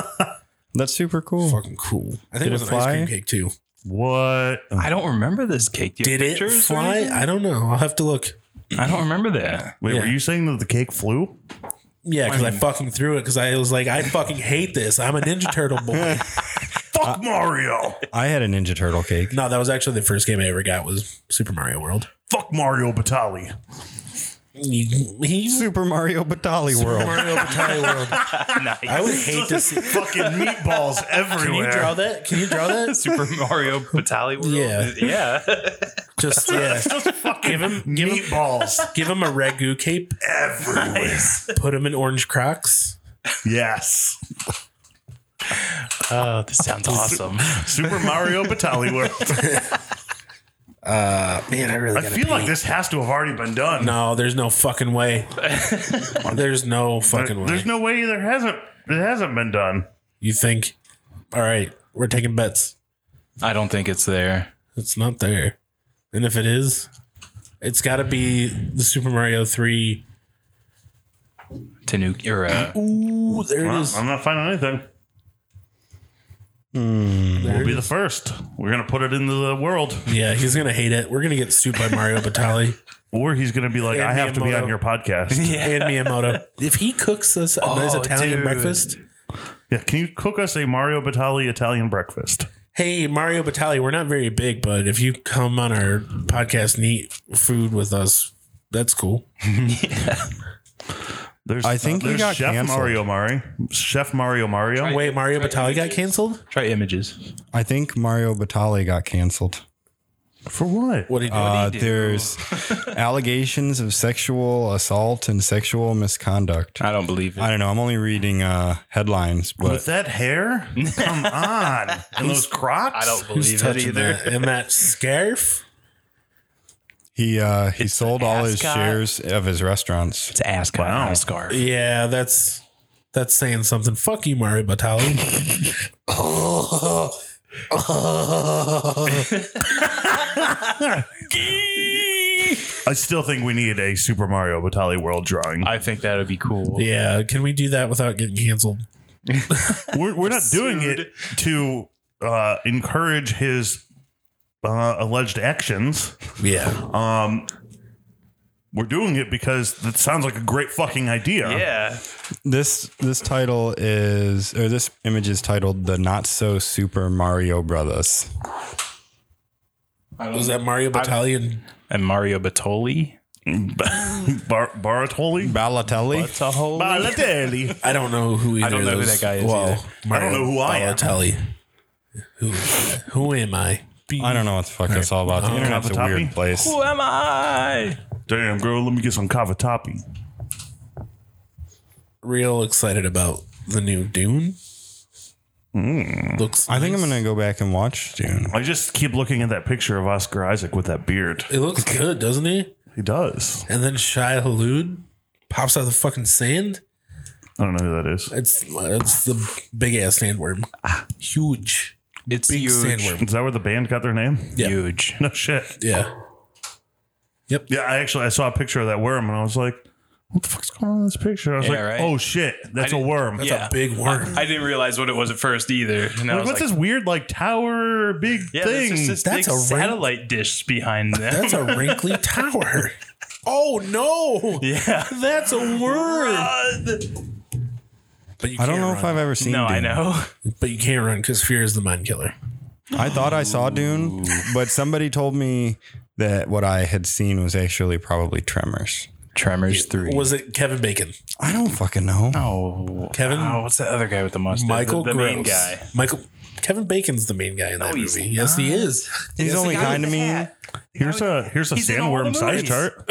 Speaker 2: That's super cool.
Speaker 3: fucking cool. I think
Speaker 2: Did
Speaker 3: it was
Speaker 2: it
Speaker 3: an ice cream
Speaker 2: fly?
Speaker 3: cake too.
Speaker 1: What?
Speaker 4: I don't remember this cake. Do you
Speaker 3: Did
Speaker 4: have
Speaker 3: it
Speaker 4: pictures or
Speaker 3: fly?
Speaker 4: anything?
Speaker 3: I don't know. I'll have to look.
Speaker 4: I don't remember that.
Speaker 1: Wait,
Speaker 3: Yeah.
Speaker 1: were you saying that the cake flew?
Speaker 3: Yeah, because I fucking threw it because I was like, I fucking hate this. I'm a Ninja Turtle boy. Uh,
Speaker 1: Fuck Mario.
Speaker 2: I had a Ninja Turtle cake.
Speaker 3: no, that was actually the first game I ever got was Super Mario World.
Speaker 1: Fuck Mario Batali.
Speaker 3: He- He's
Speaker 2: Super Mario Batali World.
Speaker 3: Mario Batali World. I would hate to see.
Speaker 1: Fucking meatballs everywhere.
Speaker 3: Can you draw that? Can you draw that?
Speaker 4: Super Mario Batali World.
Speaker 3: Yeah.
Speaker 4: yeah.
Speaker 3: Just yeah. give him give him
Speaker 1: Meatballs
Speaker 3: give him a ragu cape.
Speaker 1: everywhere.
Speaker 3: Put him in orange Crocs.
Speaker 1: Yes.
Speaker 4: Oh, this sounds awesome.
Speaker 1: Super Mario Batali World.
Speaker 3: Uh, Man, I really
Speaker 1: I feel like this has to have already been done.
Speaker 3: No, there's no fucking way. there's no fucking way.
Speaker 1: There's no way there hasn't it hasn't been done.
Speaker 3: you think? All right, we're taking bets.
Speaker 4: I don't think it's there.
Speaker 3: It's not there, and if it is, it's got to be the Super Mario Three.
Speaker 4: Tanuki or uh,
Speaker 3: Ooh, there it
Speaker 1: Well,
Speaker 3: is.
Speaker 1: I'm not finding anything.
Speaker 3: Hmm.
Speaker 1: We'll be the first. We're gonna put it into the world,
Speaker 3: Yeah, he's gonna hate it. We're gonna get sued by Mario Batali
Speaker 1: or he's gonna be like,
Speaker 3: And
Speaker 1: "I have to be
Speaker 3: Miyamoto.
Speaker 1: on your podcast."
Speaker 3: and Miyamoto. If he cooks us a nice
Speaker 4: Oh,
Speaker 3: Italian
Speaker 4: dude.
Speaker 3: breakfast,
Speaker 1: yeah, can you cook us a Mario Batali Italian breakfast?
Speaker 3: hey Mario Batali, we're not very big, but if you come on our podcast and eat food with us, that's cool.
Speaker 1: There's, uh,
Speaker 2: I think he
Speaker 1: there's
Speaker 2: got
Speaker 1: Chef
Speaker 2: canceled.
Speaker 1: Mario Mari, Chef Mario Mario.
Speaker 3: Wait, Mario Batali got canceled?
Speaker 4: try images.
Speaker 2: I think Mario Batali got canceled.
Speaker 1: For what?
Speaker 3: What did you
Speaker 2: Uh,
Speaker 4: do?
Speaker 2: there's allegations of sexual assault and sexual misconduct.
Speaker 4: I don't believe it.
Speaker 2: I don't know. I'm only reading uh, headlines,
Speaker 1: With
Speaker 2: but
Speaker 1: that hair? Come on. And those crocs?
Speaker 4: I don't
Speaker 3: Who's
Speaker 4: believe it
Speaker 3: touching
Speaker 4: either.
Speaker 3: that? And that scarf?
Speaker 2: he uh, he sold all his
Speaker 4: Ascot.
Speaker 2: shares of his restaurants.
Speaker 4: It's Ascot,
Speaker 1: Wow.
Speaker 4: wow. scarf.
Speaker 3: Yeah, that's that's saying something. Fuck you, Mario Batali.
Speaker 1: I still think we need a Super Mario Batali world drawing.
Speaker 4: I think that would be cool.
Speaker 3: yeah, can we do that without getting canceled?
Speaker 1: we're we're not doing it to uh, encourage his uh, alleged actions.
Speaker 3: Yeah.
Speaker 1: Um, we're doing it because that sounds like a great fucking idea.
Speaker 4: Yeah.
Speaker 2: This this title is or this image is titled "The Not So Super Mario Brothers."
Speaker 4: I
Speaker 3: Was that Mario Batali and
Speaker 4: and Mario Batoli?
Speaker 1: Bar- Baratoli?
Speaker 2: Balotelli.
Speaker 4: Batoli.
Speaker 1: Baratoli.
Speaker 3: I don't know who either
Speaker 4: don't know
Speaker 3: of
Speaker 4: who
Speaker 3: those-
Speaker 4: that guy is either.
Speaker 1: I don't know who I am.
Speaker 3: Balotelli. Who, who am I?
Speaker 2: I don't know what the fuck that's all about. The internet's a
Speaker 1: Cavatappi?
Speaker 2: weird place.
Speaker 4: Who am I?
Speaker 1: Damn, girl, let me get some cavatappi.
Speaker 3: Real excited about the new Dune. Looks.
Speaker 2: Hmm. I think I'm gonna go back and watch Dune.
Speaker 1: I just keep looking at that picture of Oscar Isaac with that beard.
Speaker 3: It looks good, doesn't it?
Speaker 1: He does.
Speaker 3: And then Shia Halud pops out of the fucking sand.
Speaker 1: I don't know who that is.
Speaker 3: It's it's the big ass sandworm.
Speaker 2: Ah.
Speaker 3: Huge.
Speaker 4: It's
Speaker 3: Big
Speaker 4: huge.
Speaker 3: sandworm.
Speaker 1: Is that where the band got their name?
Speaker 3: Yeah.
Speaker 4: Huge.
Speaker 1: No shit.
Speaker 3: Yeah.
Speaker 1: Yeah, I actually I saw a picture of that worm and I was like, what the fuck's going on in this picture? I was
Speaker 4: Yeah,
Speaker 1: like,
Speaker 4: right.
Speaker 1: oh shit, that's a
Speaker 4: didn't-
Speaker 1: worm.
Speaker 4: yeah.
Speaker 3: It's a big worm.
Speaker 4: I didn't realize what it was at first either. And I
Speaker 1: Like,
Speaker 4: was
Speaker 1: what's
Speaker 4: like,
Speaker 1: this weird like tower big
Speaker 4: yeah,
Speaker 1: thing?
Speaker 4: That's, just this
Speaker 3: That's
Speaker 4: big
Speaker 3: a ring-
Speaker 4: satellite dish behind them.
Speaker 3: That's a wrinkly tower. Oh no!
Speaker 4: yeah.
Speaker 3: That's a worm.
Speaker 4: Run.
Speaker 3: But you
Speaker 2: I don't
Speaker 3: can't
Speaker 2: know if
Speaker 3: run.
Speaker 2: I've ever seen.
Speaker 4: No, I
Speaker 2: Dune.
Speaker 4: know.
Speaker 3: But you can't run because fear is the mind killer.
Speaker 2: I thought I saw Dune, but somebody told me that what I had seen was actually probably Tremors.
Speaker 4: Tremors 3.
Speaker 3: Was it Kevin Bacon?
Speaker 2: I don't fucking know.
Speaker 4: oh,
Speaker 3: Kevin-
Speaker 4: Oh, what's that other guy with the mustache?
Speaker 3: Michael
Speaker 4: the, the
Speaker 3: Gross.
Speaker 4: main guy.
Speaker 3: Michael Kevin Bacon's the main guy in that
Speaker 4: he's
Speaker 3: movie. Yes, he is.
Speaker 2: He's only kind to me.
Speaker 1: here's a here's a
Speaker 4: He's in all the
Speaker 1: sandworm size
Speaker 4: movies.
Speaker 1: chart.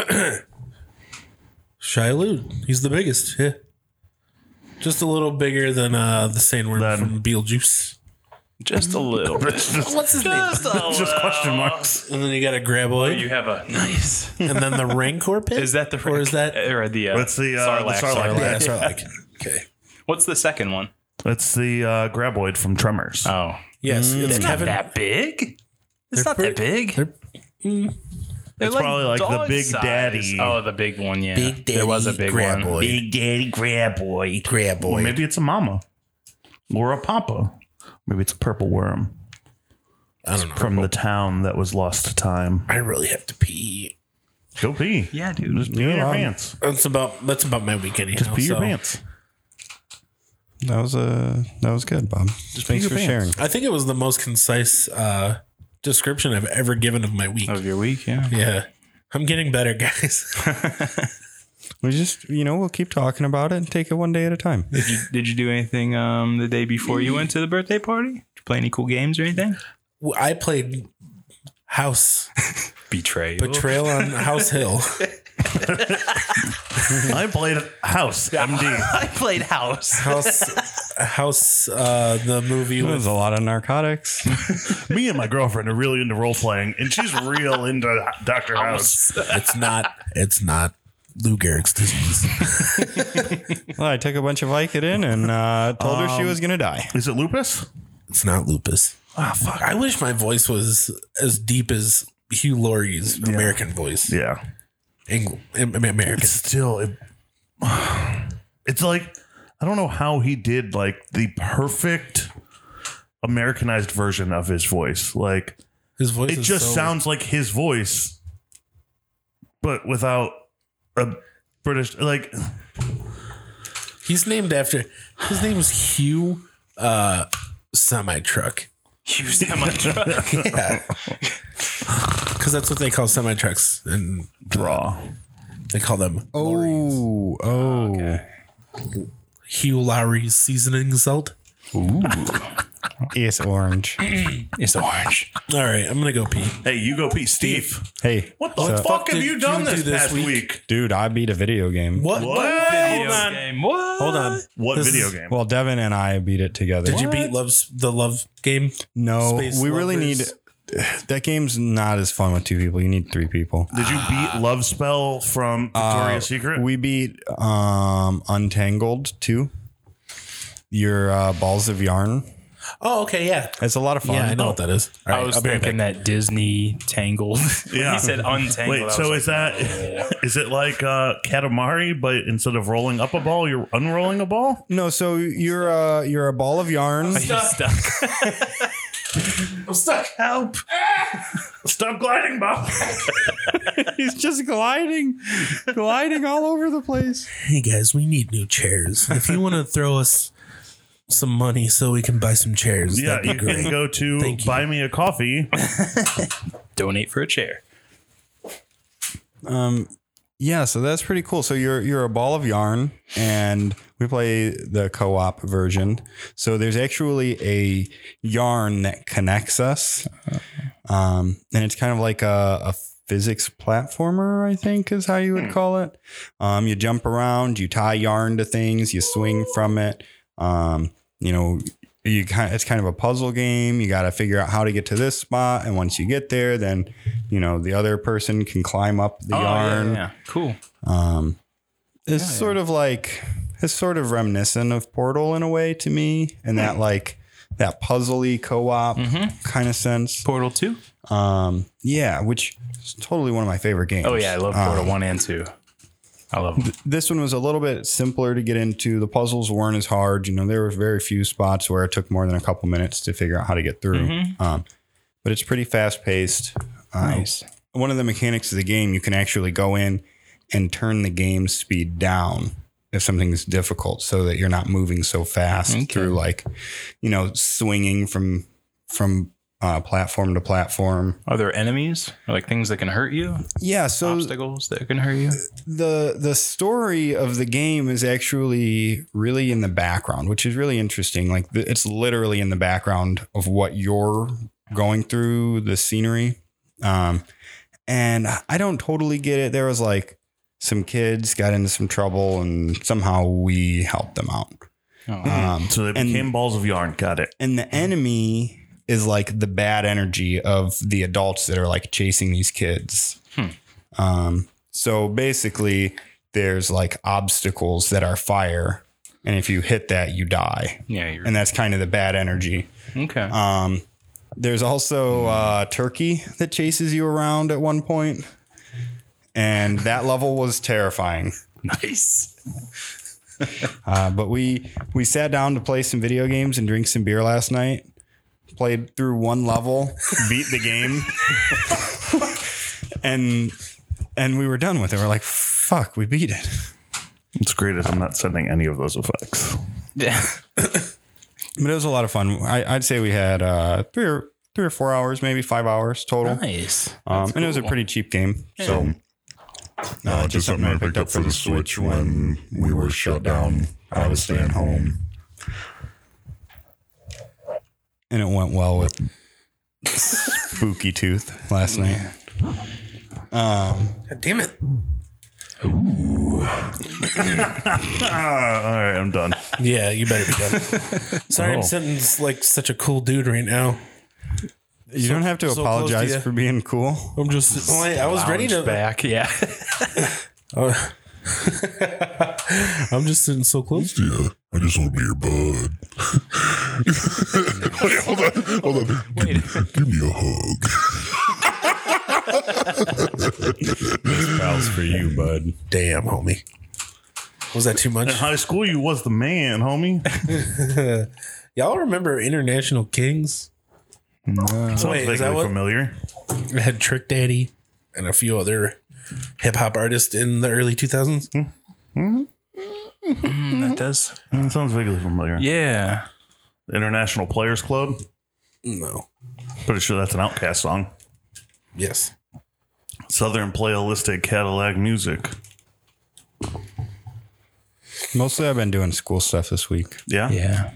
Speaker 3: Shia LaBeouf. He's the biggest. Yeah. Just a little bigger than uh, the sandworm
Speaker 1: Then-
Speaker 3: from Beetlejuice.
Speaker 4: Just a little bit.
Speaker 3: What's his name?
Speaker 4: Just a
Speaker 1: It's just question marks.
Speaker 3: And then you got a graboid,
Speaker 4: You have a nice.
Speaker 3: and then the Rancor pit.
Speaker 4: Is that the
Speaker 3: or is that?
Speaker 4: or the uh,
Speaker 1: That's the, uh, the
Speaker 4: Sarlacc,
Speaker 1: Sarlacc
Speaker 4: Sarlacc.
Speaker 1: pit.
Speaker 3: Yeah, sorry, like okay.
Speaker 4: What's the second one?
Speaker 1: That's the uh, graboid from Tremors.
Speaker 4: Oh,
Speaker 3: Yes, it's Kevin.
Speaker 4: that big. It's not that
Speaker 3: pretty-
Speaker 4: big.
Speaker 3: they're-
Speaker 4: They're
Speaker 1: It's probably like the
Speaker 4: dog
Speaker 1: Big Daddy.
Speaker 4: Mm. Oh, the big one. Yeah, there was a big one.
Speaker 3: Big Daddy Graboid. Graboid.
Speaker 1: Maybe it's a mama or a papa. Maybe it's a purple worm
Speaker 3: I don't know.
Speaker 1: from the town that was lost to time.
Speaker 3: I really have to pee.
Speaker 1: Go pee.
Speaker 4: Yeah, dude.
Speaker 1: Just pee in your
Speaker 2: Yeah.
Speaker 1: pants.
Speaker 3: That's about that's about my weekend.
Speaker 1: Just pee your pants.
Speaker 2: That was a that was good, Bob. Thanks
Speaker 1: your
Speaker 2: for
Speaker 1: pants.
Speaker 2: sharing.
Speaker 3: I think it was the most concise uh, description I've ever given of my week.
Speaker 1: Oh,
Speaker 4: Of your week, yeah.
Speaker 3: Yeah, I'm getting better, guys.
Speaker 2: We just you know we'll keep talking about it and take it one day at a time.
Speaker 4: Did you, did you do anything um, the day before you went to the birthday party? Did you play any cool games or anything?
Speaker 3: Well, I played House
Speaker 4: Betrayal.
Speaker 3: Betrayal on House Hill.
Speaker 1: I played House MD.
Speaker 4: I played House.
Speaker 3: House House uh, the movie
Speaker 2: There's
Speaker 3: with
Speaker 2: a lot of narcotics.
Speaker 1: Me and my girlfriend are really into role playing, and she's real into Doctor House.
Speaker 3: it's not it's not Lou Gehrig's disease.
Speaker 2: well, I took a bunch of Vicodin and uh, told her
Speaker 3: Um,
Speaker 2: she was gonna die.
Speaker 1: Is it lupus?
Speaker 3: It's not lupus. Ah fuck. I wish my voice was as deep as Hugh Laurie's American voice.
Speaker 1: Yeah.
Speaker 3: Engl- Am- Am- American.
Speaker 1: Still, it, it's like I don't know how he did like the perfect Americanized version of his voice. Like
Speaker 3: His voice
Speaker 1: it
Speaker 3: is
Speaker 1: just
Speaker 3: so-
Speaker 1: sounds like his voice, but without a British like
Speaker 3: He's named after his name was Hugh uh semi truck.
Speaker 4: Used him on drugs.
Speaker 3: Yeah. Cause that's what they call semi trucks and
Speaker 1: draw.
Speaker 3: they call them
Speaker 2: Oh, oh.
Speaker 3: Hugh Lowry's seasoning salt.
Speaker 2: It's orange.
Speaker 4: It's orange.
Speaker 3: All right, I'm gonna go pee.
Speaker 1: Hey, you go pee, Steve.
Speaker 2: Hey,
Speaker 1: What the
Speaker 2: So-
Speaker 1: fuck,
Speaker 3: fuck
Speaker 1: have
Speaker 3: did
Speaker 1: you done
Speaker 3: you do
Speaker 1: this,
Speaker 3: this
Speaker 1: past
Speaker 3: week?
Speaker 1: week?
Speaker 2: dude, I beat a video game.
Speaker 3: What?
Speaker 1: What?
Speaker 3: Hold
Speaker 1: Video
Speaker 3: on.
Speaker 4: Game. What?
Speaker 3: Hold on.
Speaker 1: What
Speaker 3: This
Speaker 1: video
Speaker 3: is-
Speaker 1: game?
Speaker 2: Well, Devin and I beat it together.
Speaker 3: Did you beat love's the love game?
Speaker 2: No,
Speaker 3: Space
Speaker 2: we really
Speaker 3: Lovers?
Speaker 2: need. That game's not as fun with two people. You need three people.
Speaker 1: Did you beat Love Spell from Victoria's Secret?
Speaker 2: We beat um, Untangled too. Your uh, balls of yarn.
Speaker 3: Oh, okay, yeah.
Speaker 2: It's a lot of fun. Oh,
Speaker 3: Yeah, I know what that is. All right,
Speaker 4: I was
Speaker 3: I'll be right
Speaker 4: thinking
Speaker 3: back.
Speaker 4: that Disney Tangled.
Speaker 1: Yeah.
Speaker 4: yeah. He said untangled. I
Speaker 1: Wait,
Speaker 4: was
Speaker 1: so
Speaker 4: like,
Speaker 1: is that is it like uh, Katamari, but instead of rolling up a ball, you're unrolling a ball?
Speaker 2: No, so you're a you're a ball of yarn.
Speaker 4: stuck.
Speaker 3: I'm stuck.
Speaker 1: Help! Stop gliding, Bob.
Speaker 2: He's just gliding, gliding all over the place.
Speaker 3: Hey guys, we need new chairs. If you want to throw us some money so we can buy some chairs,
Speaker 1: yeah,
Speaker 3: that'd
Speaker 1: you
Speaker 3: be great.
Speaker 1: can go to
Speaker 3: Thank you.
Speaker 1: buy me a coffee.
Speaker 4: Donate for a chair.
Speaker 2: Um, yeah, so that's pretty cool. So you're you're a ball of yarn, and we play the co-op version. So there's actually a yarn that connects us, um, and it's kind of like a, a physics platformer. I think is how you
Speaker 4: Hmm.
Speaker 2: would call it. Um, you jump around, you tie yarn to things, you swing from it. Um, you know, you kind it's kind of a puzzle game. You got to figure out how to get to this spot, and once you get there, then you know the other person can climb up the
Speaker 4: Oh, yeah,
Speaker 2: yarn.
Speaker 4: yeah, yeah. Cool.
Speaker 2: Um, it's sort of like it's sort of reminiscent of Portal in a way to me, and
Speaker 4: Hmm.
Speaker 2: that like that puzzly co-op
Speaker 4: Mm-hmm.
Speaker 2: kind of sense.
Speaker 4: Portal 2?
Speaker 2: Um, yeah, which is totally one of my favorite games.
Speaker 4: Oh, yeah. I love Portal 1 and 2. I love them.
Speaker 2: This one was a little bit simpler to get into. The puzzles weren't as hard. You know, there were very few spots where it took more than a couple minutes to figure out how to get through.
Speaker 4: Mm-hmm.
Speaker 2: Um, but it's pretty fast paced. nice. One of the mechanics of the game, you can actually go in and turn the game speed down if something's difficult, so that you're not moving so fast
Speaker 4: Okay.
Speaker 2: through like, you know, swinging from from uh, platform to platform.
Speaker 4: Are there enemies? Or like things that can hurt you?
Speaker 2: Yeah. So
Speaker 4: Obstacles that can hurt you?
Speaker 2: the the story of the game is actually really in the background, which is really interesting. Like the, it's literally in the background of what you're going through the scenery. Um, and I don't totally get it. There was like some kids got into some trouble, and somehow we helped them out.
Speaker 4: Oh.
Speaker 2: Um,
Speaker 1: So they
Speaker 2: And-
Speaker 1: became balls of yarn. Got it.
Speaker 2: and the enemy is like the bad energy of the adults that are like chasing these kids. Um, so basically, there's like obstacles that are fire, and if you hit that, you die,
Speaker 4: Yeah, you're
Speaker 2: and that's kind of the bad energy.
Speaker 4: okay.
Speaker 2: Um, there's also uh, turkey that chases you around at one point, and that level was terrifying.
Speaker 4: nice.
Speaker 2: Uh, but we we sat down to play some video games and drink some beer last night. Played through one level, beat the game, and and we were done with it. We're like, "Fuck, we beat it."
Speaker 1: It's great as I'm not sending any of those effects.
Speaker 2: But it was a lot of fun. I, I'd say we had uh, three or three or four hours, maybe five hours total,
Speaker 4: nice.
Speaker 2: um, and it was a pretty cheap game. So
Speaker 8: Um, Uh, just, something I picked up for the Switch when we were shut down. I was staying home.
Speaker 2: and it went well with Spooky Tooth last night.
Speaker 3: God damn it.
Speaker 1: Ah, all right, I'm done.
Speaker 3: Yeah, you better be done. Sorry, I'm sitting like such a cool dude right now.
Speaker 2: You don't have to
Speaker 3: so close to
Speaker 2: apologize
Speaker 3: you.
Speaker 2: for being cool.
Speaker 3: I'm just. Well, I, I was ready to.
Speaker 4: back. Yeah.
Speaker 3: Oh. I'm just sitting so close.
Speaker 8: Yeah, I just want to be your bud. Wait, hold on, hold on. Give, me- give me a hug.
Speaker 2: Pals for you, bud.
Speaker 7: Damn, homie.
Speaker 3: Was that too much?
Speaker 1: In high school, you was the man, homie.
Speaker 3: Y'all remember International Kings?
Speaker 1: Sounds
Speaker 3: Wait, is
Speaker 1: vaguely
Speaker 3: that what-
Speaker 1: familiar.
Speaker 3: It had Trick Daddy and a few other hip hop artists in the early 2000s.
Speaker 4: that does.
Speaker 1: Mm, sounds vaguely familiar.
Speaker 4: Yeah.
Speaker 1: International Players Club.
Speaker 3: No.
Speaker 1: Pretty sure that's an Outcast song.
Speaker 3: Yes.
Speaker 1: Southern Playalistic Cadillac Music.
Speaker 2: Mostly I've been doing school stuff this week.
Speaker 1: Yeah.
Speaker 4: Yeah.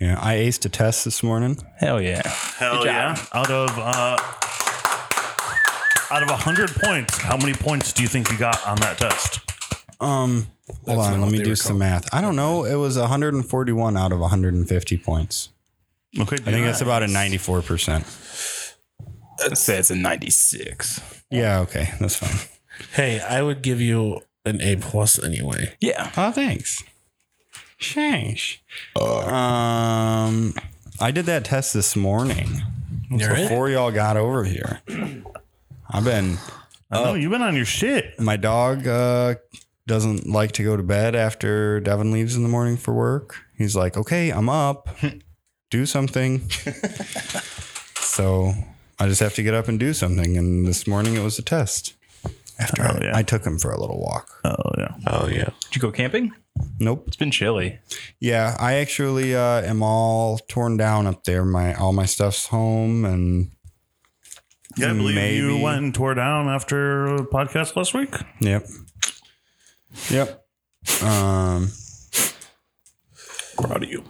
Speaker 2: Yeah, I aced a test this morning.
Speaker 4: Hell yeah.
Speaker 1: Hell yeah! Out of uh, out of hundred points, how many points do you think you got on that test?
Speaker 2: Um, hold on, let me do some math. I don't know. It was 141 out of 150 points.
Speaker 1: Okay,
Speaker 2: I think that's about a 94 percent.
Speaker 4: Let's say it's a 96.
Speaker 2: Yeah, okay, that's fine.
Speaker 3: Hey, I would give you an A plus anyway.
Speaker 4: Yeah.
Speaker 2: Oh, thanks. Shanks. Um, I did that test this morning before y'all got over here. I've been
Speaker 1: I
Speaker 2: Oh.
Speaker 1: know Oh, you've been on your shit.
Speaker 2: my dog uh, doesn't like to go to bed after Devin leaves in the morning for work. He's like, okay, I'm up, do something. so I just have to get up and do something. And this morning it was a test. After I,
Speaker 1: yeah.
Speaker 2: I took him for a little walk.
Speaker 1: Oh yeah.
Speaker 9: Oh yeah.
Speaker 4: Did you go camping?
Speaker 2: Nope.
Speaker 4: It's been chilly.
Speaker 2: Yeah, I actually uh, am all torn down up there. My all my stuff's home, and
Speaker 1: Yeah, I believe you
Speaker 2: Maybe.
Speaker 1: went and tore down after a podcast last week.
Speaker 2: yep, yep. Um,
Speaker 9: Proud of you.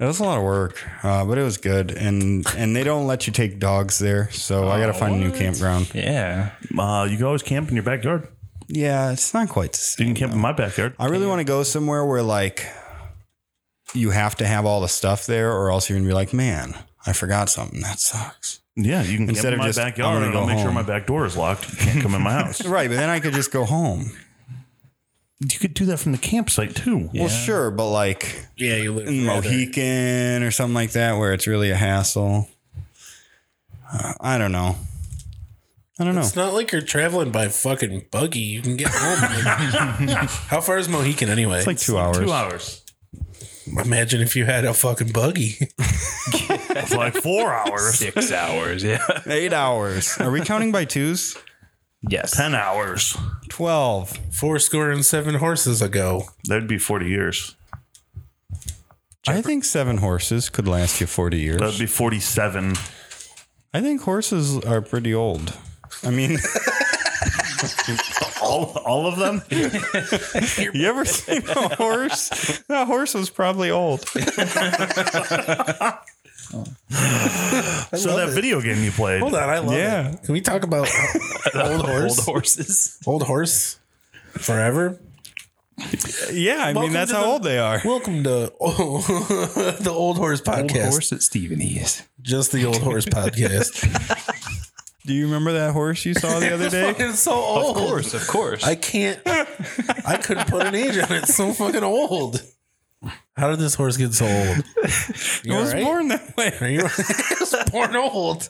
Speaker 2: It was a lot of work, uh, but it was good. And and they don't let you take dogs there, so I got to find a new campground.
Speaker 4: Yeah.
Speaker 1: Uh, you can always camp in your backyard.
Speaker 2: Yeah, it's not quite. the same.
Speaker 1: You can camp in my backyard.
Speaker 2: I really want to go somewhere where like you have to have all the stuff there, or else you're gonna be like, man, I forgot something. That sucks.
Speaker 1: Yeah, you can
Speaker 2: Instead
Speaker 1: camp
Speaker 2: of
Speaker 1: in my
Speaker 2: just, I'm
Speaker 1: backyard
Speaker 2: gonna
Speaker 1: and
Speaker 2: go
Speaker 1: I'll make sure
Speaker 2: home.
Speaker 1: my back door is locked. You can't come in my house.
Speaker 2: Right, but then I could just go home.
Speaker 1: You could do that from the campsite too.
Speaker 2: Well, sure, but like
Speaker 3: Yeah, you live
Speaker 2: in Mohican or something like that, where it's really a hassle. Uh, I don't know. I don't know.
Speaker 3: It's not like you're traveling by fucking buggy. You can get home. How far is Mohican anyway?
Speaker 2: It's like two hours.
Speaker 1: Two hours.
Speaker 3: Imagine if you had a fucking buggy.
Speaker 1: It's like four hours.
Speaker 4: Six hours. Yeah.
Speaker 2: Eight hours. Are we counting by twos?
Speaker 4: Yes.
Speaker 1: Ten hours.
Speaker 2: 12.
Speaker 3: Four score and seven horses ago.
Speaker 1: That'd be forty years.
Speaker 2: I think seven horses could last you 40
Speaker 1: That'd
Speaker 2: years.
Speaker 1: be forty-seven.
Speaker 2: I think horses are pretty old. I mean,
Speaker 1: All all of them.
Speaker 2: you ever seen a horse? That horse was probably old.
Speaker 1: so that video game you played.
Speaker 3: Hold on, I love
Speaker 2: Yeah.
Speaker 3: it. Can we talk about old
Speaker 4: Old
Speaker 3: horse?
Speaker 4: horses.
Speaker 3: Old horse forever?
Speaker 2: Yeah, I mean,
Speaker 3: Welcome
Speaker 2: that's
Speaker 3: to
Speaker 2: how
Speaker 3: the-
Speaker 2: old they are.
Speaker 3: Welcome to the Old Horse Podcast.
Speaker 4: that Steven is.
Speaker 3: Just the Old Horse Podcast.
Speaker 2: Do you remember that horse you saw the other day?
Speaker 3: it's so old.
Speaker 4: Of course. Of course.
Speaker 3: I can't. I couldn't put an age on it. It's so fucking old. How did this horse get so old? You
Speaker 2: It was
Speaker 3: alright?
Speaker 2: born that way.
Speaker 3: Are you? it was born old.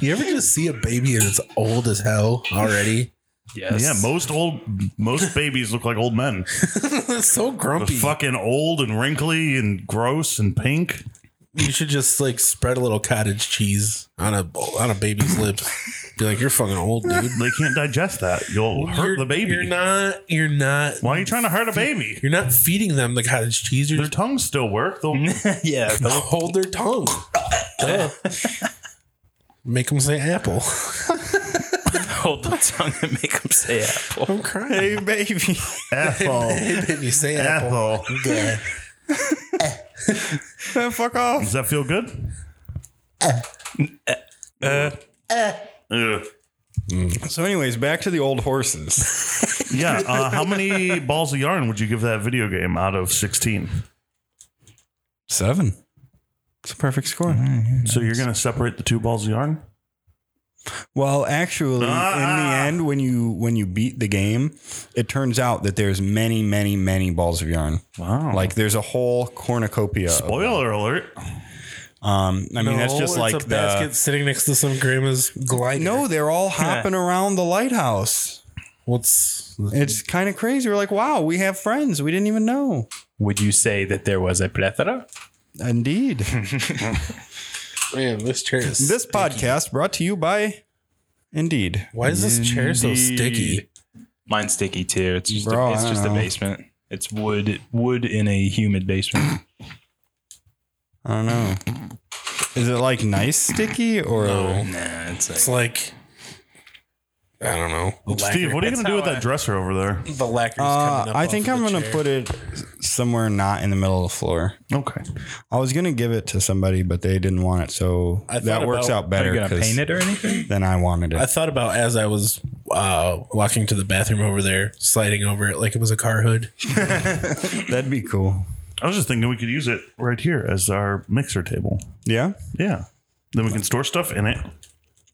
Speaker 3: you ever just see a baby and it's old as hell already?
Speaker 4: yes.
Speaker 1: Yeah, most old most babies look like old men.
Speaker 3: it's so
Speaker 1: They're
Speaker 3: grumpy.
Speaker 1: fucking old and wrinkly and gross and pink.
Speaker 3: You should just like spread a little cottage cheese on a on a baby's lips. Be like, you're fucking old, dude.
Speaker 1: They can't digest that. You'll hurt
Speaker 3: You're-
Speaker 1: the baby.
Speaker 3: You're not. You're not.
Speaker 1: Why are you trying to hurt a baby?
Speaker 3: You're not feeding them the cottage cheese. You're
Speaker 1: Their
Speaker 3: just
Speaker 1: tongues still work. They'll
Speaker 3: Mm-hmm.
Speaker 4: yeah.
Speaker 3: hold their tongue. Duh. Make them say apple.
Speaker 4: Hold the tongue and make them say apple.
Speaker 3: I'm crying.
Speaker 2: Hey, baby.
Speaker 1: Ethel.
Speaker 3: Hey, baby, say apple.
Speaker 1: Ethel.
Speaker 3: Good.
Speaker 2: Fuck off.
Speaker 1: Does that feel good?
Speaker 3: uh,
Speaker 1: Uh,
Speaker 2: So, anyways, back to the old horses.
Speaker 1: yeah. Uh, how many balls of yarn would you give that video game out of 16?
Speaker 2: Seven. It's a perfect score.
Speaker 1: So you're going to separate the two balls of yarn?
Speaker 2: Well, actually, in the
Speaker 1: Ah.
Speaker 2: end, when you when you beat the game, it turns out that there's many, many, many balls of yarn.
Speaker 1: Wow.
Speaker 2: Like there's a whole cornucopia. of-
Speaker 1: Spoiler alert.
Speaker 2: um, I mean, that's just like
Speaker 3: a
Speaker 2: the.
Speaker 3: basket sitting next to some grandma's glider.
Speaker 2: No, they're all hopping around the lighthouse.
Speaker 3: what's
Speaker 2: It's kind of crazy. We're like, wow, we have friends. We didn't even know.
Speaker 4: Would you say that there was a plethora?
Speaker 2: Indeed.
Speaker 3: man? This chair is.
Speaker 2: this podcast brought to you by Indeed.
Speaker 3: why is this chair so sticky?
Speaker 4: Mine's sticky too. It's just
Speaker 2: Bro,
Speaker 4: a,
Speaker 2: I
Speaker 4: it's
Speaker 2: don't
Speaker 4: just a
Speaker 2: know.
Speaker 4: basement. It's wood wood in a humid basement.
Speaker 2: I don't know. Is it like nice sticky or
Speaker 4: nah, it's like
Speaker 3: It's like I don't know.
Speaker 1: Steve, what are you going to do with that dresser over there?
Speaker 3: The lacquer's
Speaker 2: Uh,
Speaker 3: coming up.
Speaker 2: I think I'm
Speaker 3: going
Speaker 2: gonna put it somewhere not in the middle of the floor.
Speaker 1: Okay.
Speaker 2: I was gonna give it to somebody, but they didn't want it, so
Speaker 3: I thought
Speaker 2: that works
Speaker 3: about-
Speaker 2: out
Speaker 4: Are
Speaker 2: better
Speaker 4: you gonna paint
Speaker 2: because
Speaker 4: it or anything?
Speaker 2: then I wanted
Speaker 3: I
Speaker 2: it.
Speaker 3: thought about as I was uh, walking to the bathroom over there, sliding over it like it was a car hood.
Speaker 2: That'd be cool.
Speaker 1: I was just thinking we could use it right here as our mixer table.
Speaker 2: Yeah,
Speaker 1: Yeah. Then we can store stuff in it.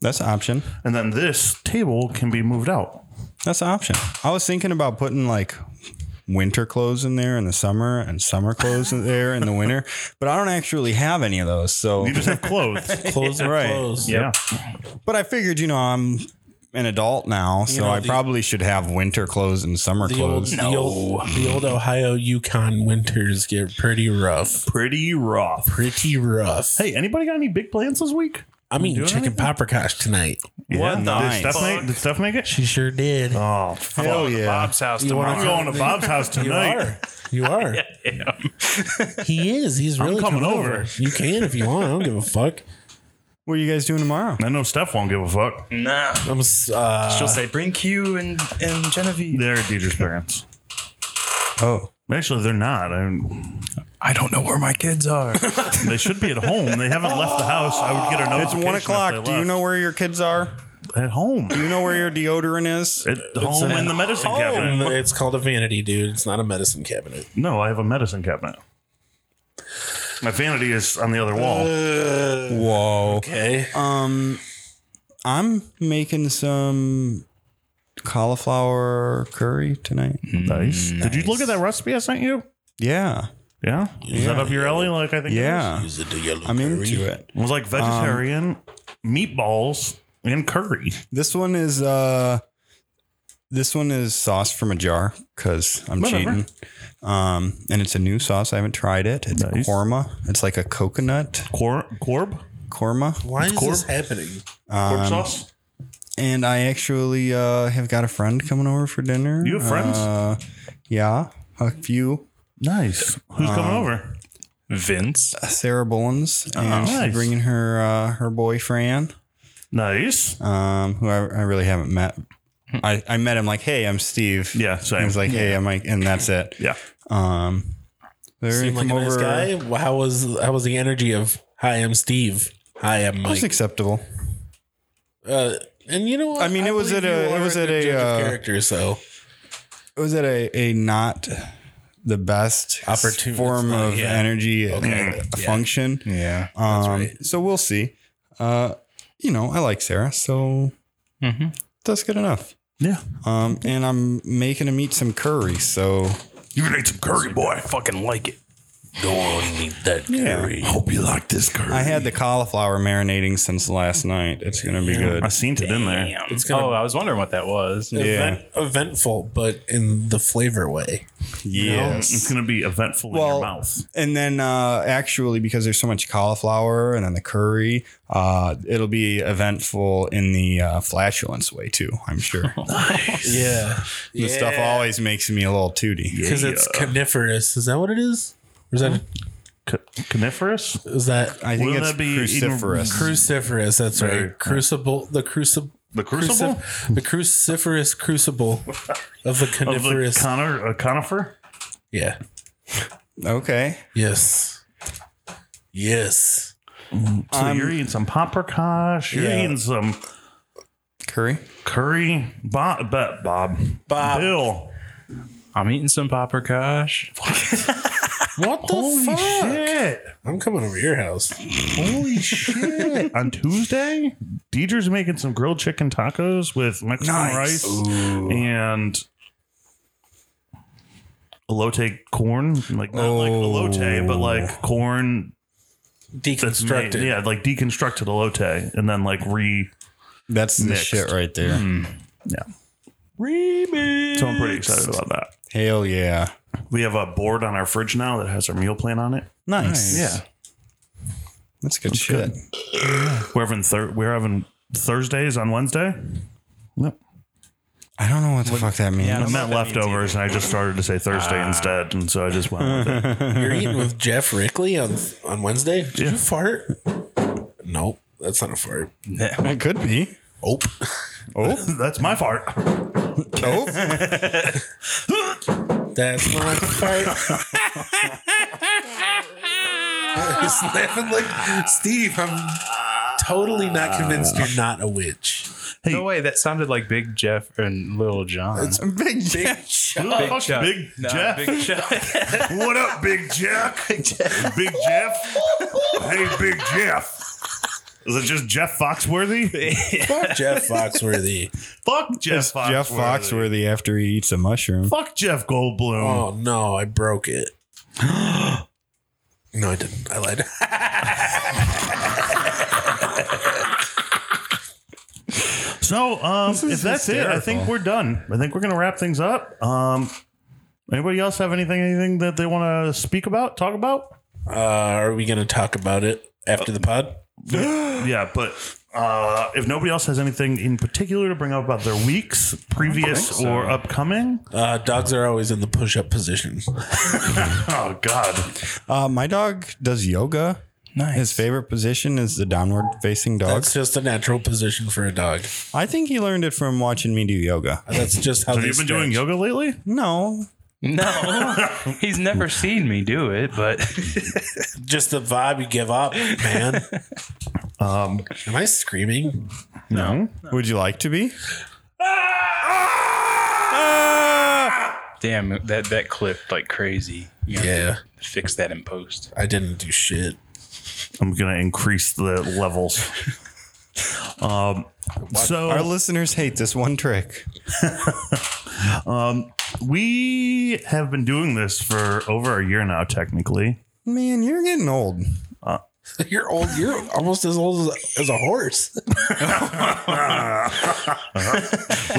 Speaker 2: that's an option.
Speaker 1: And then this table can be moved out.
Speaker 2: That's an option. I was thinking about putting like winter clothes in there in the summer and summer clothes in there in the winter, but I don't actually have any of those. So,
Speaker 1: You just have clothes.
Speaker 3: Close yeah,
Speaker 2: Right.
Speaker 3: close.
Speaker 1: Yeah.
Speaker 2: but I figured, you know, I'm an adult now, so
Speaker 3: know,
Speaker 2: I
Speaker 3: the-
Speaker 2: probably should have winter clothes and summer
Speaker 3: The old,
Speaker 2: clothes.
Speaker 3: the old, the old Ohio Yukon winters get pretty rough.
Speaker 1: Pretty rough.
Speaker 3: Pretty rough.
Speaker 1: Hey, anybody got any big plans this week?
Speaker 3: I'm eating
Speaker 1: doing
Speaker 3: chicken
Speaker 1: anything?
Speaker 3: paprikash tonight.
Speaker 1: Yeah.
Speaker 2: nice.
Speaker 1: Did Steph make, did Steph make it?
Speaker 3: She sure did.
Speaker 1: Oh,
Speaker 2: Hell
Speaker 1: fuck.
Speaker 2: yeah.
Speaker 4: Bob's house tomorrow.
Speaker 1: I'm going to Bob's house
Speaker 3: you
Speaker 1: tonight.
Speaker 3: are. You are. He is. He's really
Speaker 1: coming
Speaker 3: coming
Speaker 1: over.
Speaker 3: You can if you want. I don't give a fuck.
Speaker 2: What are you guys doing tomorrow?
Speaker 1: I know Steph won't give a fuck.
Speaker 4: Nah.
Speaker 3: I'm s- uh,
Speaker 4: She'll say, bring Q and, and Genevieve.
Speaker 1: They're Deidre's parents.
Speaker 2: Oh,
Speaker 1: Actually, they're not. I,
Speaker 4: I don't know where my kids are.
Speaker 1: they should be at home. They haven't left the house. I would get a
Speaker 2: it's
Speaker 1: notification.
Speaker 2: one
Speaker 1: if they
Speaker 2: o'clock. Do you
Speaker 1: left.
Speaker 2: know where your kids are?
Speaker 1: At home.
Speaker 2: Do you know where your deodorant is?
Speaker 1: At home in the medicine
Speaker 3: home.
Speaker 1: cabinet.
Speaker 3: oh, It's called a vanity, dude. It's not a medicine cabinet.
Speaker 1: No, I have a medicine cabinet. My vanity is on the other
Speaker 3: Uh,
Speaker 1: wall.
Speaker 2: Whoa.
Speaker 3: Okay.
Speaker 2: Um, I'm making some cauliflower curry tonight.
Speaker 3: Mm-hmm.
Speaker 1: Nice. Did you look at that recipe I sent you?
Speaker 2: Yeah,
Speaker 1: Yeah. Is that up your alley? Like I think. it
Speaker 2: yeah. I'm into it.
Speaker 1: is? It was like vegetarian meatballs and curry.
Speaker 2: This one is uh, this one is sauce from a jar because I'm
Speaker 1: Whatever.
Speaker 2: cheating. Um, and it's a new sauce. I haven't tried it. It's
Speaker 1: Nice.
Speaker 2: korma. It's like a coconut
Speaker 1: Cor- corb.
Speaker 2: korma.
Speaker 3: Why is this happening?
Speaker 1: Corb sauce.
Speaker 2: And I actually uh, have got a friend coming over for dinner.
Speaker 1: You have friends?
Speaker 2: Uh, yeah, a few.
Speaker 1: Nice. Who's coming over?
Speaker 4: Vince.
Speaker 2: Sarah Bullens, and she's
Speaker 1: Oh, nice.
Speaker 2: bringing her uh, her boyfriend,
Speaker 1: Nice.
Speaker 2: um, who I, I really haven't met. I, I met him like, hey, I'm Steve.
Speaker 1: Hmm. Yeah.
Speaker 2: he
Speaker 1: Same.
Speaker 2: was like, hey, I'm Mike, and that's it.
Speaker 1: yeah.
Speaker 2: Um, they're
Speaker 3: Seem
Speaker 2: gonna
Speaker 3: like a
Speaker 2: come
Speaker 3: nice
Speaker 2: over.
Speaker 3: guy. Well, How was how was the energy of Hi, I'm Steve. Hi, I'm
Speaker 2: It was
Speaker 3: Mike.
Speaker 2: acceptable.
Speaker 3: uh, and you know, what?
Speaker 2: I mean, it was
Speaker 3: believe
Speaker 2: at a-
Speaker 3: you
Speaker 2: it
Speaker 3: are
Speaker 2: was at
Speaker 3: good
Speaker 2: a,
Speaker 3: judge of
Speaker 2: uh,
Speaker 3: character. So
Speaker 2: It was at a, a not the best
Speaker 3: Opportunity.
Speaker 2: form
Speaker 3: Uh,
Speaker 2: of
Speaker 3: yeah.
Speaker 2: energy
Speaker 3: Okay.
Speaker 2: and
Speaker 3: Yeah.
Speaker 2: function.
Speaker 8: Yeah.
Speaker 2: Um,
Speaker 3: right.
Speaker 2: So we'll see. Uh, you know, I like Sarah, so
Speaker 3: Mm-hmm.
Speaker 2: that's good enough.
Speaker 1: Yeah.
Speaker 2: Um, and I'm making him eat some curry, so
Speaker 7: You can eat some curry, boy.
Speaker 4: I fucking like it.
Speaker 7: I hope you like this curry.
Speaker 2: I had the cauliflower marinating since last night. It's gonna be good.
Speaker 1: I seen it in there.
Speaker 4: Damn. oh, I was wondering what that was.
Speaker 2: Yeah.
Speaker 3: Event, eventful, but in the flavor way. Mm-hmm.
Speaker 1: It's gonna be eventful in
Speaker 2: Well,
Speaker 1: your mouth.
Speaker 2: And then uh, actually, because there's so much cauliflower and then the curry, uh, it'll be eventful in the uh, flatulence way too. I'm sure.
Speaker 3: Yeah,
Speaker 2: the stuff always makes me a little tooty.
Speaker 3: because it's coniferous. Is that what it is? Or is that
Speaker 1: C- coniferous.
Speaker 3: is that
Speaker 2: I think
Speaker 1: Wouldn't
Speaker 2: it's
Speaker 1: that be eating
Speaker 2: cruciferous.
Speaker 3: cruciferous? That's right.
Speaker 1: Right.
Speaker 3: Crucible. The crucible.
Speaker 1: The crucible
Speaker 3: the cruciferous crucible of the
Speaker 1: of the
Speaker 3: coniferous.
Speaker 1: conor- uh, conifer.
Speaker 3: yeah.
Speaker 2: okay.
Speaker 3: Yes. Yes.
Speaker 1: So you're eating some paprikash. You're
Speaker 3: Yeah.
Speaker 1: eating some
Speaker 2: Curry.
Speaker 1: curry. Bob, Bob, Bob,
Speaker 3: Bob.
Speaker 1: Bill.
Speaker 4: I'm eating some paprikash.
Speaker 3: What the fuck?
Speaker 1: shit!
Speaker 3: I'm coming over your house.
Speaker 1: Holy shit! On Tuesday, Deidre's making some grilled chicken tacos with Mexican rice and elote corn, like not like elote, but
Speaker 3: Oh.
Speaker 1: like corn that's made,
Speaker 3: Deconstructed.
Speaker 1: yeah, like deconstructed elote, and then like re.
Speaker 2: That's the
Speaker 1: Mixed.
Speaker 2: shit right there.
Speaker 1: Yeah. So I'm pretty excited about that.
Speaker 2: Hell yeah.
Speaker 1: We have a board on our fridge now that has our meal plan on it.
Speaker 2: Nice. That's good shit.
Speaker 1: We're having thir- we're having Thursdays on Wednesday. Yep.
Speaker 2: I don't know what the fuck that means. Ah.
Speaker 1: I meant leftovers, and I just started to say Thursday instead, and so I just went with it.
Speaker 3: You're eating with Jeff Rickley on on Wednesday. Did
Speaker 1: Yeah.
Speaker 3: you fart? Nope. That's not a fart.
Speaker 2: It could be.
Speaker 1: Oh,
Speaker 2: Oh,
Speaker 1: that's my fart.
Speaker 2: oh.
Speaker 3: That's my part.
Speaker 7: He's laughing like Steve. I'm
Speaker 3: totally not convinced you're not a witch.
Speaker 4: No way. That sounded like Big Jeff and Little John.
Speaker 2: Big Jeff.
Speaker 1: Fuck
Speaker 4: Chuck.
Speaker 1: Big
Speaker 4: No,
Speaker 1: Jeff.
Speaker 4: Big Chuck.
Speaker 1: What up, Big Jeff? Big Jeff. Big Jeff. hey, Big Jeff. Is it just Jeff Foxworthy?
Speaker 3: Fuck Jeff Foxworthy.
Speaker 1: Fuck Jeff Foxworthy.
Speaker 2: Jeff Foxworthy after he eats a mushroom.
Speaker 1: Fuck Jeff Goldblum.
Speaker 3: Oh no, I broke it. No, I didn't. I lied.
Speaker 1: So, um, if that's it, I think we're done. I think we're gonna wrap things up. Um, anybody else have anything, anything that they want to speak about, talk about?
Speaker 3: Uh, are we going to talk about it after the pod?
Speaker 1: Yeah, but uh, if nobody else has anything in particular to bring up about their weeks, previous or upcoming,
Speaker 3: Uh, dogs are always in the push-up position.
Speaker 1: oh god,
Speaker 2: Uh, my dog does yoga.
Speaker 4: Nice.
Speaker 2: His favorite position is the downward facing dog.
Speaker 3: That's just a natural position for a dog.
Speaker 2: I think he learned it from watching me do yoga.
Speaker 3: That's just how
Speaker 1: have
Speaker 3: they
Speaker 1: you been doing
Speaker 3: stretch.
Speaker 1: yoga lately?
Speaker 2: No.
Speaker 4: no, he's never seen me do it, but
Speaker 3: Just the vibe you give up, man.
Speaker 4: Um,
Speaker 3: Am I screaming?
Speaker 4: no.
Speaker 2: Would you like to be?
Speaker 1: Ah!
Speaker 4: Damn, that that clipped like crazy. You have
Speaker 3: Yeah,
Speaker 4: to fix that in post.
Speaker 3: I didn't do shit.
Speaker 1: I'm gonna increase the levels. Um,
Speaker 2: Our
Speaker 1: so
Speaker 2: listeners hate this one trick.
Speaker 1: we have been doing this for over a year now, technically.
Speaker 2: Man, you're getting old.
Speaker 3: You're old. You're almost as old as, as a horse.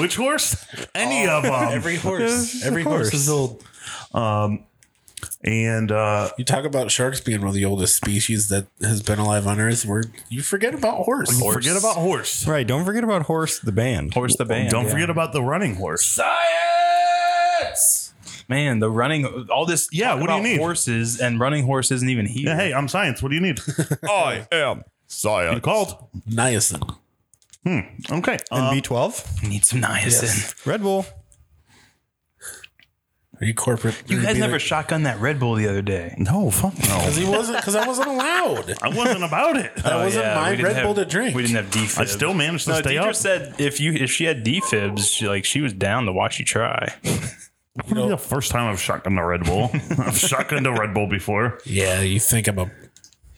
Speaker 1: Which horse? Any of them.
Speaker 3: Every horse. Every horse is old.
Speaker 1: And uh,
Speaker 3: You talk about sharks being one of the oldest species that has been alive on Earth. Where you forget about horse.
Speaker 1: forget about horse.
Speaker 2: Right. Don't forget about Horse the band.
Speaker 4: Horse the band.
Speaker 1: Don't forget about the running horse.
Speaker 4: science. Man, the running all this.
Speaker 1: Yeah,
Speaker 4: talk
Speaker 1: what do you
Speaker 4: about
Speaker 1: need?
Speaker 4: Horses and running horse isn't even here.
Speaker 1: Yeah, hey, I'm science. What do you need?
Speaker 2: I am.
Speaker 1: You called.
Speaker 3: Niacin.
Speaker 1: Okay. Um,
Speaker 2: And B12?
Speaker 4: need some niacin.
Speaker 2: Red Bull.
Speaker 3: Are you corporate?
Speaker 4: You guys never shotgun that Red Bull the other day.
Speaker 1: no, fuck no.
Speaker 3: Because he wasn't. Because I wasn't allowed.
Speaker 1: I wasn't about it.
Speaker 3: That wasn't
Speaker 4: Oh, Yeah, we
Speaker 3: my
Speaker 4: didn't
Speaker 3: Red
Speaker 4: have-
Speaker 3: Bull to drink.
Speaker 4: We didn't have defibs.
Speaker 1: I still managed to
Speaker 4: No,
Speaker 1: stay
Speaker 4: Deidre
Speaker 1: up.
Speaker 4: said if you if she had defibs, she, like she was down to watch you try.
Speaker 1: Wouldn't be the first time I've shotgunned a Red Bull. I've shotgunned a Red Bull before.
Speaker 3: Yeah, you think I'm a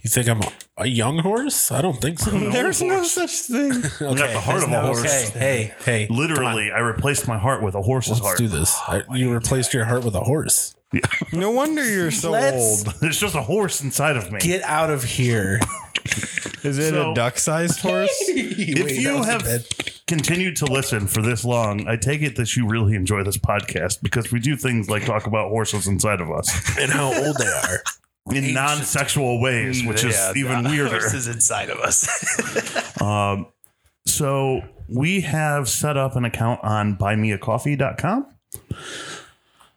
Speaker 3: you think I'm a, a young horse? I don't think so.
Speaker 2: There's no such thing.
Speaker 1: I got the heart of a horse.
Speaker 3: Hey, hey,
Speaker 1: Literally, I replaced my heart with a horse's
Speaker 3: let's
Speaker 1: heart.
Speaker 3: do this. I, you replaced your heart with a horse.
Speaker 2: No wonder you're so old.
Speaker 3: Let's-
Speaker 1: There's just a horse inside of me.
Speaker 3: Get out of here.
Speaker 2: Is it
Speaker 1: So-
Speaker 2: a duck sized horse?
Speaker 1: if you have continued to listen for this long, I take it that you really enjoy this podcast because we do things like talk about horses inside of us
Speaker 3: and how old they are.
Speaker 1: in non sexual ways, which is
Speaker 4: Mm, Yeah,
Speaker 1: even
Speaker 4: the
Speaker 1: weirder.
Speaker 4: Horse is inside of us.
Speaker 1: So we have set up an account on buymeacoffee.com.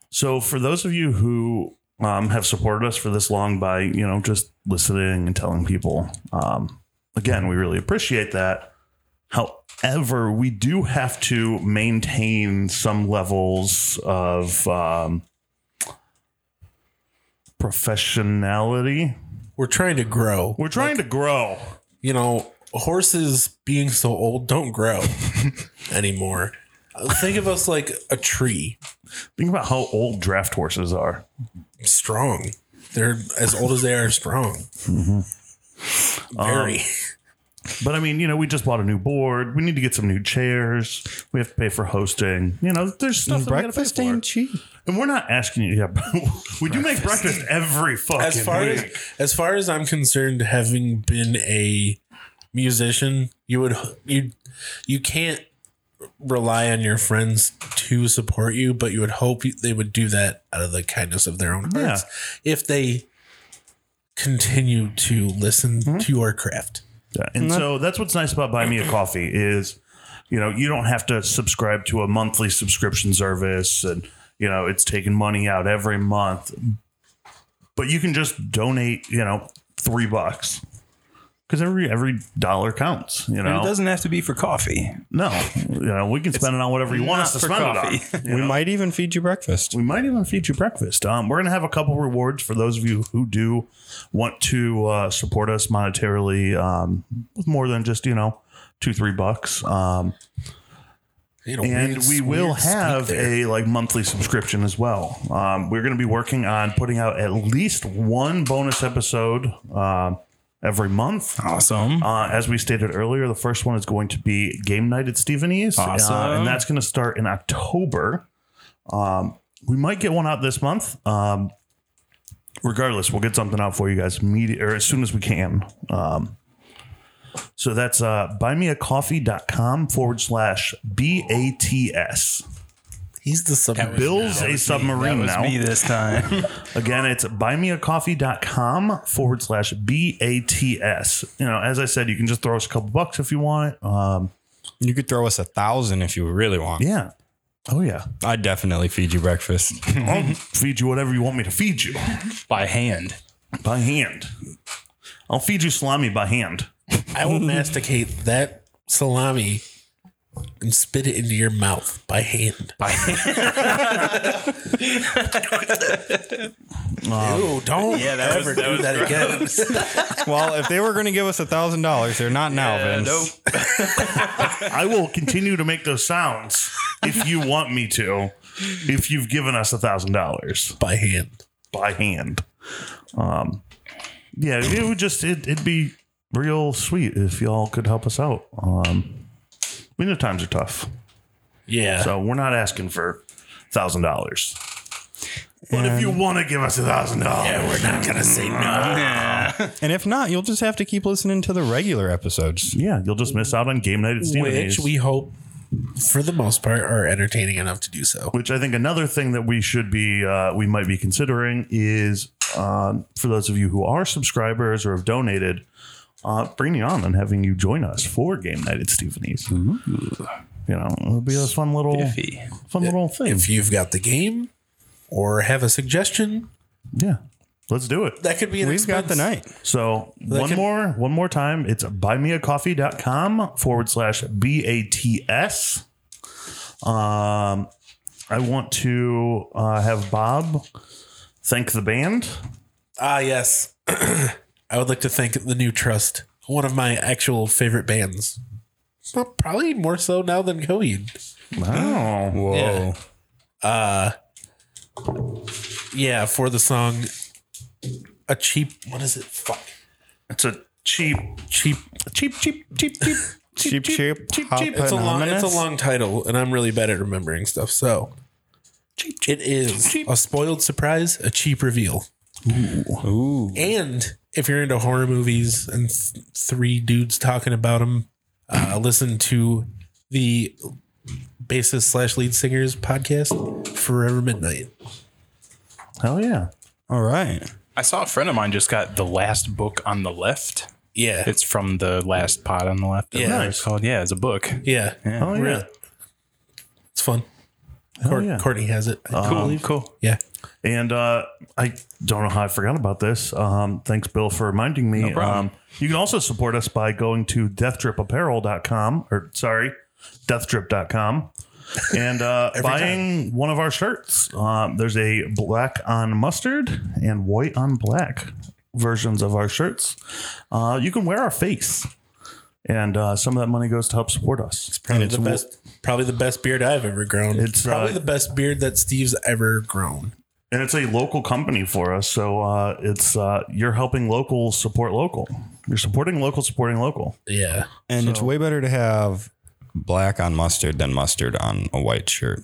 Speaker 1: So for those of you who um, have supported us for this long by, you know, just listening and telling people, um, again, we really appreciate that. However, we do have to maintain some levels of um, professionality.
Speaker 3: We're trying to grow.
Speaker 1: We're trying to grow.
Speaker 3: You know, horses being so old don't grow anymore. Uh, Think of us like a tree.
Speaker 1: Think about how old draft horses are.
Speaker 3: Strong. They're as old as they are strong. Mm-hmm. Very.
Speaker 1: But I mean, you know, we just bought a new board. We need to get some new chairs. We have to pay for hosting. You know, there's stuff that
Speaker 2: Breakfast
Speaker 1: we gotta pay
Speaker 2: ain't
Speaker 1: for.
Speaker 2: cheap.
Speaker 1: And we're not asking you. Yeah, we do make breakfast every fucking
Speaker 3: as far
Speaker 1: week.
Speaker 3: as as far as I'm concerned, having been a musician, you would you you can't rely on your friends to support you, but you would hope they would do that out of the kindness of their own hearts if they continue to listen
Speaker 1: Mm-hmm.
Speaker 3: to your craft.
Speaker 1: Yeah, and so that's what's nice about Buy Me a Coffee is, you know, you don't have to subscribe to a monthly subscription service, and you know it's taking money out every month, but you can just donate, you know, three bucks. because every every dollar counts. You know,
Speaker 4: It doesn't have to be for coffee.
Speaker 1: no, you know, we can spend it on whatever you want us to
Speaker 4: not for
Speaker 1: spend
Speaker 4: coffee.
Speaker 1: it on. you
Speaker 2: we
Speaker 1: know?
Speaker 2: might even feed you breakfast.
Speaker 1: We might even feed you breakfast. Um, we're going to have a couple rewards for those of you who do want to uh, support us monetarily um, with more than just, you know, two, three bucks. Um,
Speaker 3: You know,
Speaker 1: and
Speaker 3: weird-
Speaker 1: we will
Speaker 3: weird speak
Speaker 1: have
Speaker 3: there.
Speaker 1: a like monthly subscription as well. Um, we're going to be working on putting out at least one bonus episode um every month.
Speaker 4: Awesome.
Speaker 1: Uh, as we stated earlier, the first one is going to be game night at Stephenie's, uh,
Speaker 4: Awesome.
Speaker 1: and that's going to start in October. Um, we might get one out this month. Um, regardless, we'll get something out for you guys immediate or as soon as we can. Um, so that's uh, buymeacoffee.com forward slash BATS.
Speaker 3: He's the sub.
Speaker 1: Builds a
Speaker 4: That
Speaker 1: submarine
Speaker 4: was
Speaker 1: now.
Speaker 4: me this time.
Speaker 1: Again, it's buymeacoffee.com forward slash BATS. You know, as I said, you can just throw us a couple bucks if you want. Um,
Speaker 2: You could throw us a thousand if you really want.
Speaker 1: yeah. Oh, yeah.
Speaker 2: I'd definitely feed you breakfast.
Speaker 1: I'll feed you whatever you want me to feed you
Speaker 4: By hand.
Speaker 1: by hand. I'll feed you salami by hand.
Speaker 3: I will masticate that salami and spit it into your mouth by hand. By hand. Ew, don't
Speaker 4: that was-
Speaker 3: ever
Speaker 4: that
Speaker 3: do
Speaker 4: was
Speaker 3: that again.
Speaker 2: well, if they were going to give us a thousand dollars, they're not now,
Speaker 4: Uh,
Speaker 2: Vince.
Speaker 4: nope.
Speaker 1: I will continue to make those sounds if you want me to, if you've given us a $1,000
Speaker 3: by hand.
Speaker 1: by hand. Um, yeah, it would just, it, it'd be real sweet if y'all could help us out. Um, we know times are tough.
Speaker 3: Yeah.
Speaker 1: So we're not asking for thousand dollars. But if you want to give us a thousand dollars,
Speaker 3: we're not gonna say no.
Speaker 2: And if not, you'll just have to keep listening to the regular episodes.
Speaker 1: yeah, you'll just miss out on game night at Stephenie's.
Speaker 3: Which we hope, for the most part, are entertaining enough to do so.
Speaker 1: which I think another thing that we should be, uh, we might be considering is um, for those of you who are subscribers or have donated, uh, bringing you on and having you join us for game night at Stephenie's. You know, it'll be a fun little,
Speaker 4: Iffy.
Speaker 1: fun little thing.
Speaker 3: If you've got the game or have a suggestion,
Speaker 1: Yeah, let's do it.
Speaker 3: that could be an
Speaker 2: We've got the
Speaker 3: expense.
Speaker 2: night.
Speaker 1: So one
Speaker 3: can-
Speaker 1: more, one more time. It's buymeacoffee.com forward slash BATS. Um, I want to uh, have Bob thank the band.
Speaker 3: Ah, yes. I would like to thank the new trust, one of my actual favorite bands. Well, probably more so now than Coheed.
Speaker 4: Oh,
Speaker 1: Wow.
Speaker 2: Whoa.
Speaker 3: Yeah. Uh, Yeah, for the song A Cheap What is it? Fuck.
Speaker 1: It's a cheap,
Speaker 3: Cheap
Speaker 1: cheap, cheap, cheap, cheap,
Speaker 2: Cheap, cheap,
Speaker 1: cheap,
Speaker 2: hop
Speaker 1: cheap.
Speaker 2: and
Speaker 3: It's a long it's a
Speaker 2: ominous.
Speaker 3: long title, and I'm really bad at remembering stuff, so cheap, it is a spoiled surprise, a cheap reveal.
Speaker 2: Ooh.
Speaker 3: And if you're into horror movies and th- three dudes talking about them, uh, listen to the bassist slash lead singers podcast, Forever Midnight.
Speaker 1: Hell yeah.
Speaker 2: All right.
Speaker 4: I saw a friend of mine just got the last book on the left.
Speaker 3: Yeah,
Speaker 4: It's from the last pod on the left.
Speaker 3: Yeah.
Speaker 4: It's called. Yeah, it's a book.
Speaker 3: yeah,
Speaker 1: Oh yeah.
Speaker 3: Really? it's fun.
Speaker 1: Hell
Speaker 3: Court-
Speaker 1: yeah. Um,
Speaker 3: Courtney has it. I
Speaker 4: Cool.
Speaker 3: believe.
Speaker 4: Cool.
Speaker 3: Yeah,
Speaker 1: And uh, I don't know how I forgot about this. Um, thanks, Bill, for reminding me.
Speaker 4: problem.
Speaker 1: um, you can also support us by going to deathdripapparel.com or sorry, deathdrip.com and uh, buying one of our shirts. Um, there's a black on mustard and white on black versions of our shirts. Uh, you can wear our face. And uh, some of that money goes to help support us.
Speaker 3: probably the best. Probably the best beard I've ever grown.
Speaker 1: It's,
Speaker 3: It's probably
Speaker 1: uh,
Speaker 3: the best beard that Steve's ever grown.
Speaker 1: And it's a local company for us. So uh, it's uh, you're helping local support local. You're supporting local, supporting local.
Speaker 3: Yeah,
Speaker 2: And it's way better to have black on mustard than mustard on a white shirt.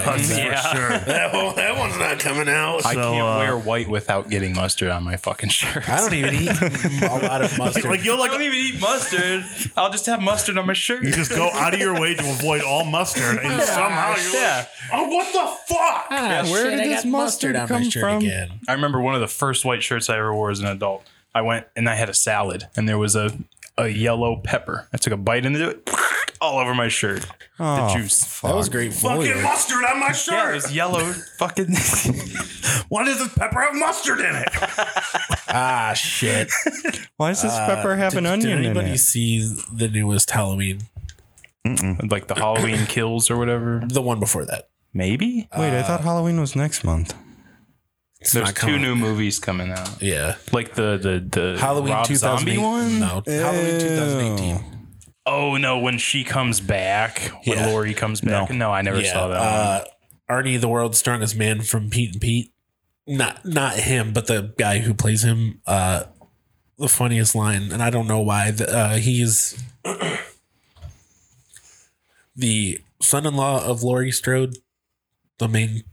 Speaker 3: that, one, that one's not coming out.
Speaker 4: I
Speaker 1: So,
Speaker 4: can't
Speaker 1: uh,
Speaker 4: wear white without getting mustard on my fucking shirt.
Speaker 3: I don't even eat a lot of mustard.
Speaker 1: Like you'll
Speaker 4: I
Speaker 1: like
Speaker 4: don't even eat mustard. I'll just have mustard on my shirt.
Speaker 1: you just go out of your way to avoid all mustard, and somehow you're like,
Speaker 4: Yeah.
Speaker 1: oh, what the fuck?
Speaker 5: Ah, shit,
Speaker 2: where did
Speaker 5: I
Speaker 2: this
Speaker 5: got mustard
Speaker 2: mustard
Speaker 5: on
Speaker 2: come
Speaker 5: my
Speaker 2: from?
Speaker 5: shirt
Speaker 3: again.
Speaker 4: I remember one of the first white shirts I ever wore as an adult. I went and I had a salad and there was a, a yellow pepper. I took a bite into it. all over my shirt. the juice.
Speaker 3: That was great.
Speaker 1: Fucking mustard on my shirt.
Speaker 4: Yeah, it was yellow. Fucking.
Speaker 1: Why does this pepper have mustard in it?
Speaker 3: Ah, shit.
Speaker 2: Why does this pepper have an
Speaker 3: Did
Speaker 2: onion in
Speaker 3: anybody
Speaker 2: it?
Speaker 3: see the newest Halloween?
Speaker 4: like the Halloween kills or whatever.
Speaker 3: The one before that.
Speaker 4: Maybe
Speaker 2: Wait, I thought Halloween was next month.
Speaker 4: there's
Speaker 3: not
Speaker 4: two
Speaker 3: coming.
Speaker 4: new movies coming out.
Speaker 3: Yeah.
Speaker 4: Like the the the
Speaker 3: Halloween
Speaker 4: Rob
Speaker 3: 2008.
Speaker 4: Zombie one.
Speaker 3: No. Halloween 2018.
Speaker 4: Oh no, when she comes back, when
Speaker 3: Yeah.
Speaker 4: Lori comes back. No, I never
Speaker 3: yeah.
Speaker 4: saw that. one.
Speaker 3: Uh, Arnie, the world's strongest man from Pete and Pete. Not not him, but the guy who plays him. Uh, the funniest line, and I don't know why. The, uh, he's the son-in-law of Laurie Strode, the main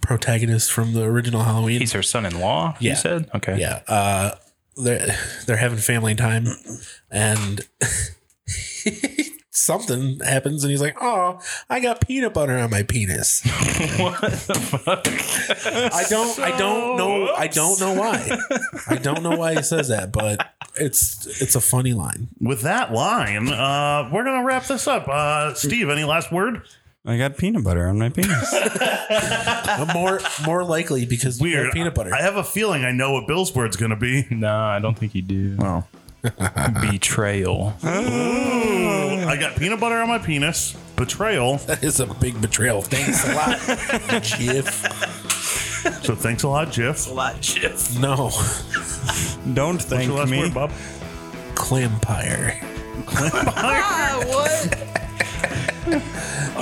Speaker 3: protagonist from the original Halloween.
Speaker 4: He's her son-in-law.
Speaker 3: Yeah.
Speaker 4: You said okay.
Speaker 3: Yeah. Uh, they're they're having family time, and something happens, and he's like, "Oh, I got peanut butter on my penis."
Speaker 4: what the fuck?
Speaker 3: I don't. I don't know. I don't know why. I don't know why he says that, but it's it's a funny line.
Speaker 1: With that line, uh, we're gonna wrap this up. Uh, Steve, any last word?
Speaker 2: I got peanut butter on my penis.
Speaker 3: Uh, more more likely because we
Speaker 1: Weird.
Speaker 3: have peanut butter.
Speaker 1: I have a feeling I know what Bill's word's gonna be.
Speaker 4: no, I don't think you do.
Speaker 1: Oh.
Speaker 4: Betrayal.
Speaker 1: I got peanut butter on my penis. Betrayal.
Speaker 3: that is a big betrayal. Thanks a lot, Jeff.
Speaker 1: So thanks a lot, Jif.
Speaker 3: No,
Speaker 2: Don't
Speaker 1: What's
Speaker 2: thank
Speaker 1: your last
Speaker 2: me.
Speaker 1: word, Bob?
Speaker 3: clampire.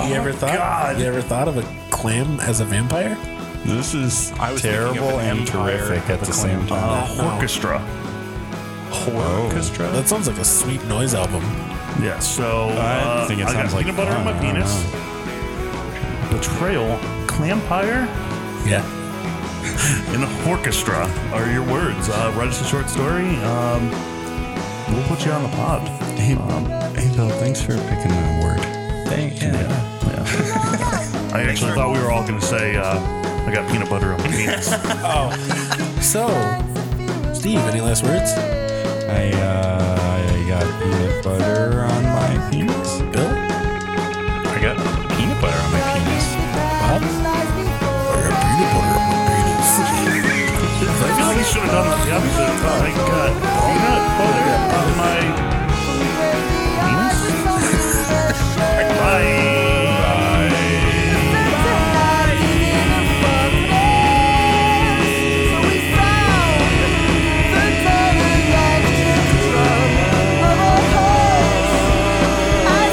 Speaker 3: You ever thought? You ever thought of a clam as a vampire?
Speaker 2: This is
Speaker 4: I was thinking of
Speaker 2: terrible
Speaker 4: an
Speaker 2: and
Speaker 4: empire
Speaker 2: terrific at
Speaker 4: with
Speaker 2: the
Speaker 4: a
Speaker 2: same
Speaker 4: clam.
Speaker 2: time.
Speaker 1: Uh, Orchestra.
Speaker 4: Orchestra.
Speaker 3: That sounds like a sweet noise album.
Speaker 1: Yeah. So uh, I,
Speaker 2: think it
Speaker 1: got
Speaker 2: sounds like
Speaker 1: peanut butter on
Speaker 2: fun.
Speaker 1: my
Speaker 2: I don't
Speaker 1: penis. Betrayal, clampire,
Speaker 3: Yeah.
Speaker 1: and orchestra are your words. Uh, write us a short story. Um, we'll put you on the pod.
Speaker 2: Hey, hey, Bill, thanks for picking a word.
Speaker 1: I actually thought we were all going to say, uh, I got peanut butter on my penis.
Speaker 3: So, Steve, any last words?
Speaker 2: I, uh, I got peanut butter on my penis.
Speaker 3: Bill?
Speaker 4: I got peanut butter on my penis.
Speaker 1: I feel like you should have done the opposite. I got peanut butter on my penis. Bye.
Speaker 9: I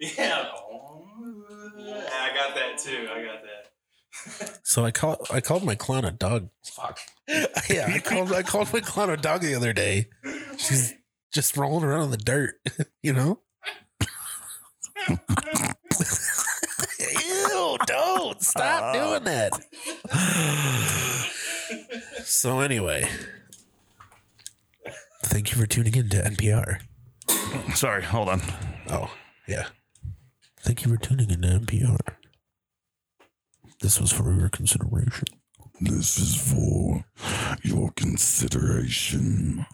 Speaker 4: Yeah. I got that too. I got that.
Speaker 3: So I call I called my clown a dog.
Speaker 4: Fuck.
Speaker 3: yeah, I called I called my clown a dog the other day. She's just rolling around in the dirt, you know. Ew! Don't stop doing that. so anyway, thank you for tuning in to NPR.
Speaker 1: Sorry, hold on.
Speaker 3: Oh, yeah. Thank you for tuning in to NPR. This was for your consideration.
Speaker 8: This is for your consideration.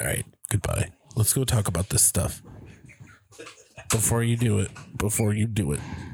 Speaker 3: All right, goodbye. Let's go talk about this stuff. Before you do it, before you do it.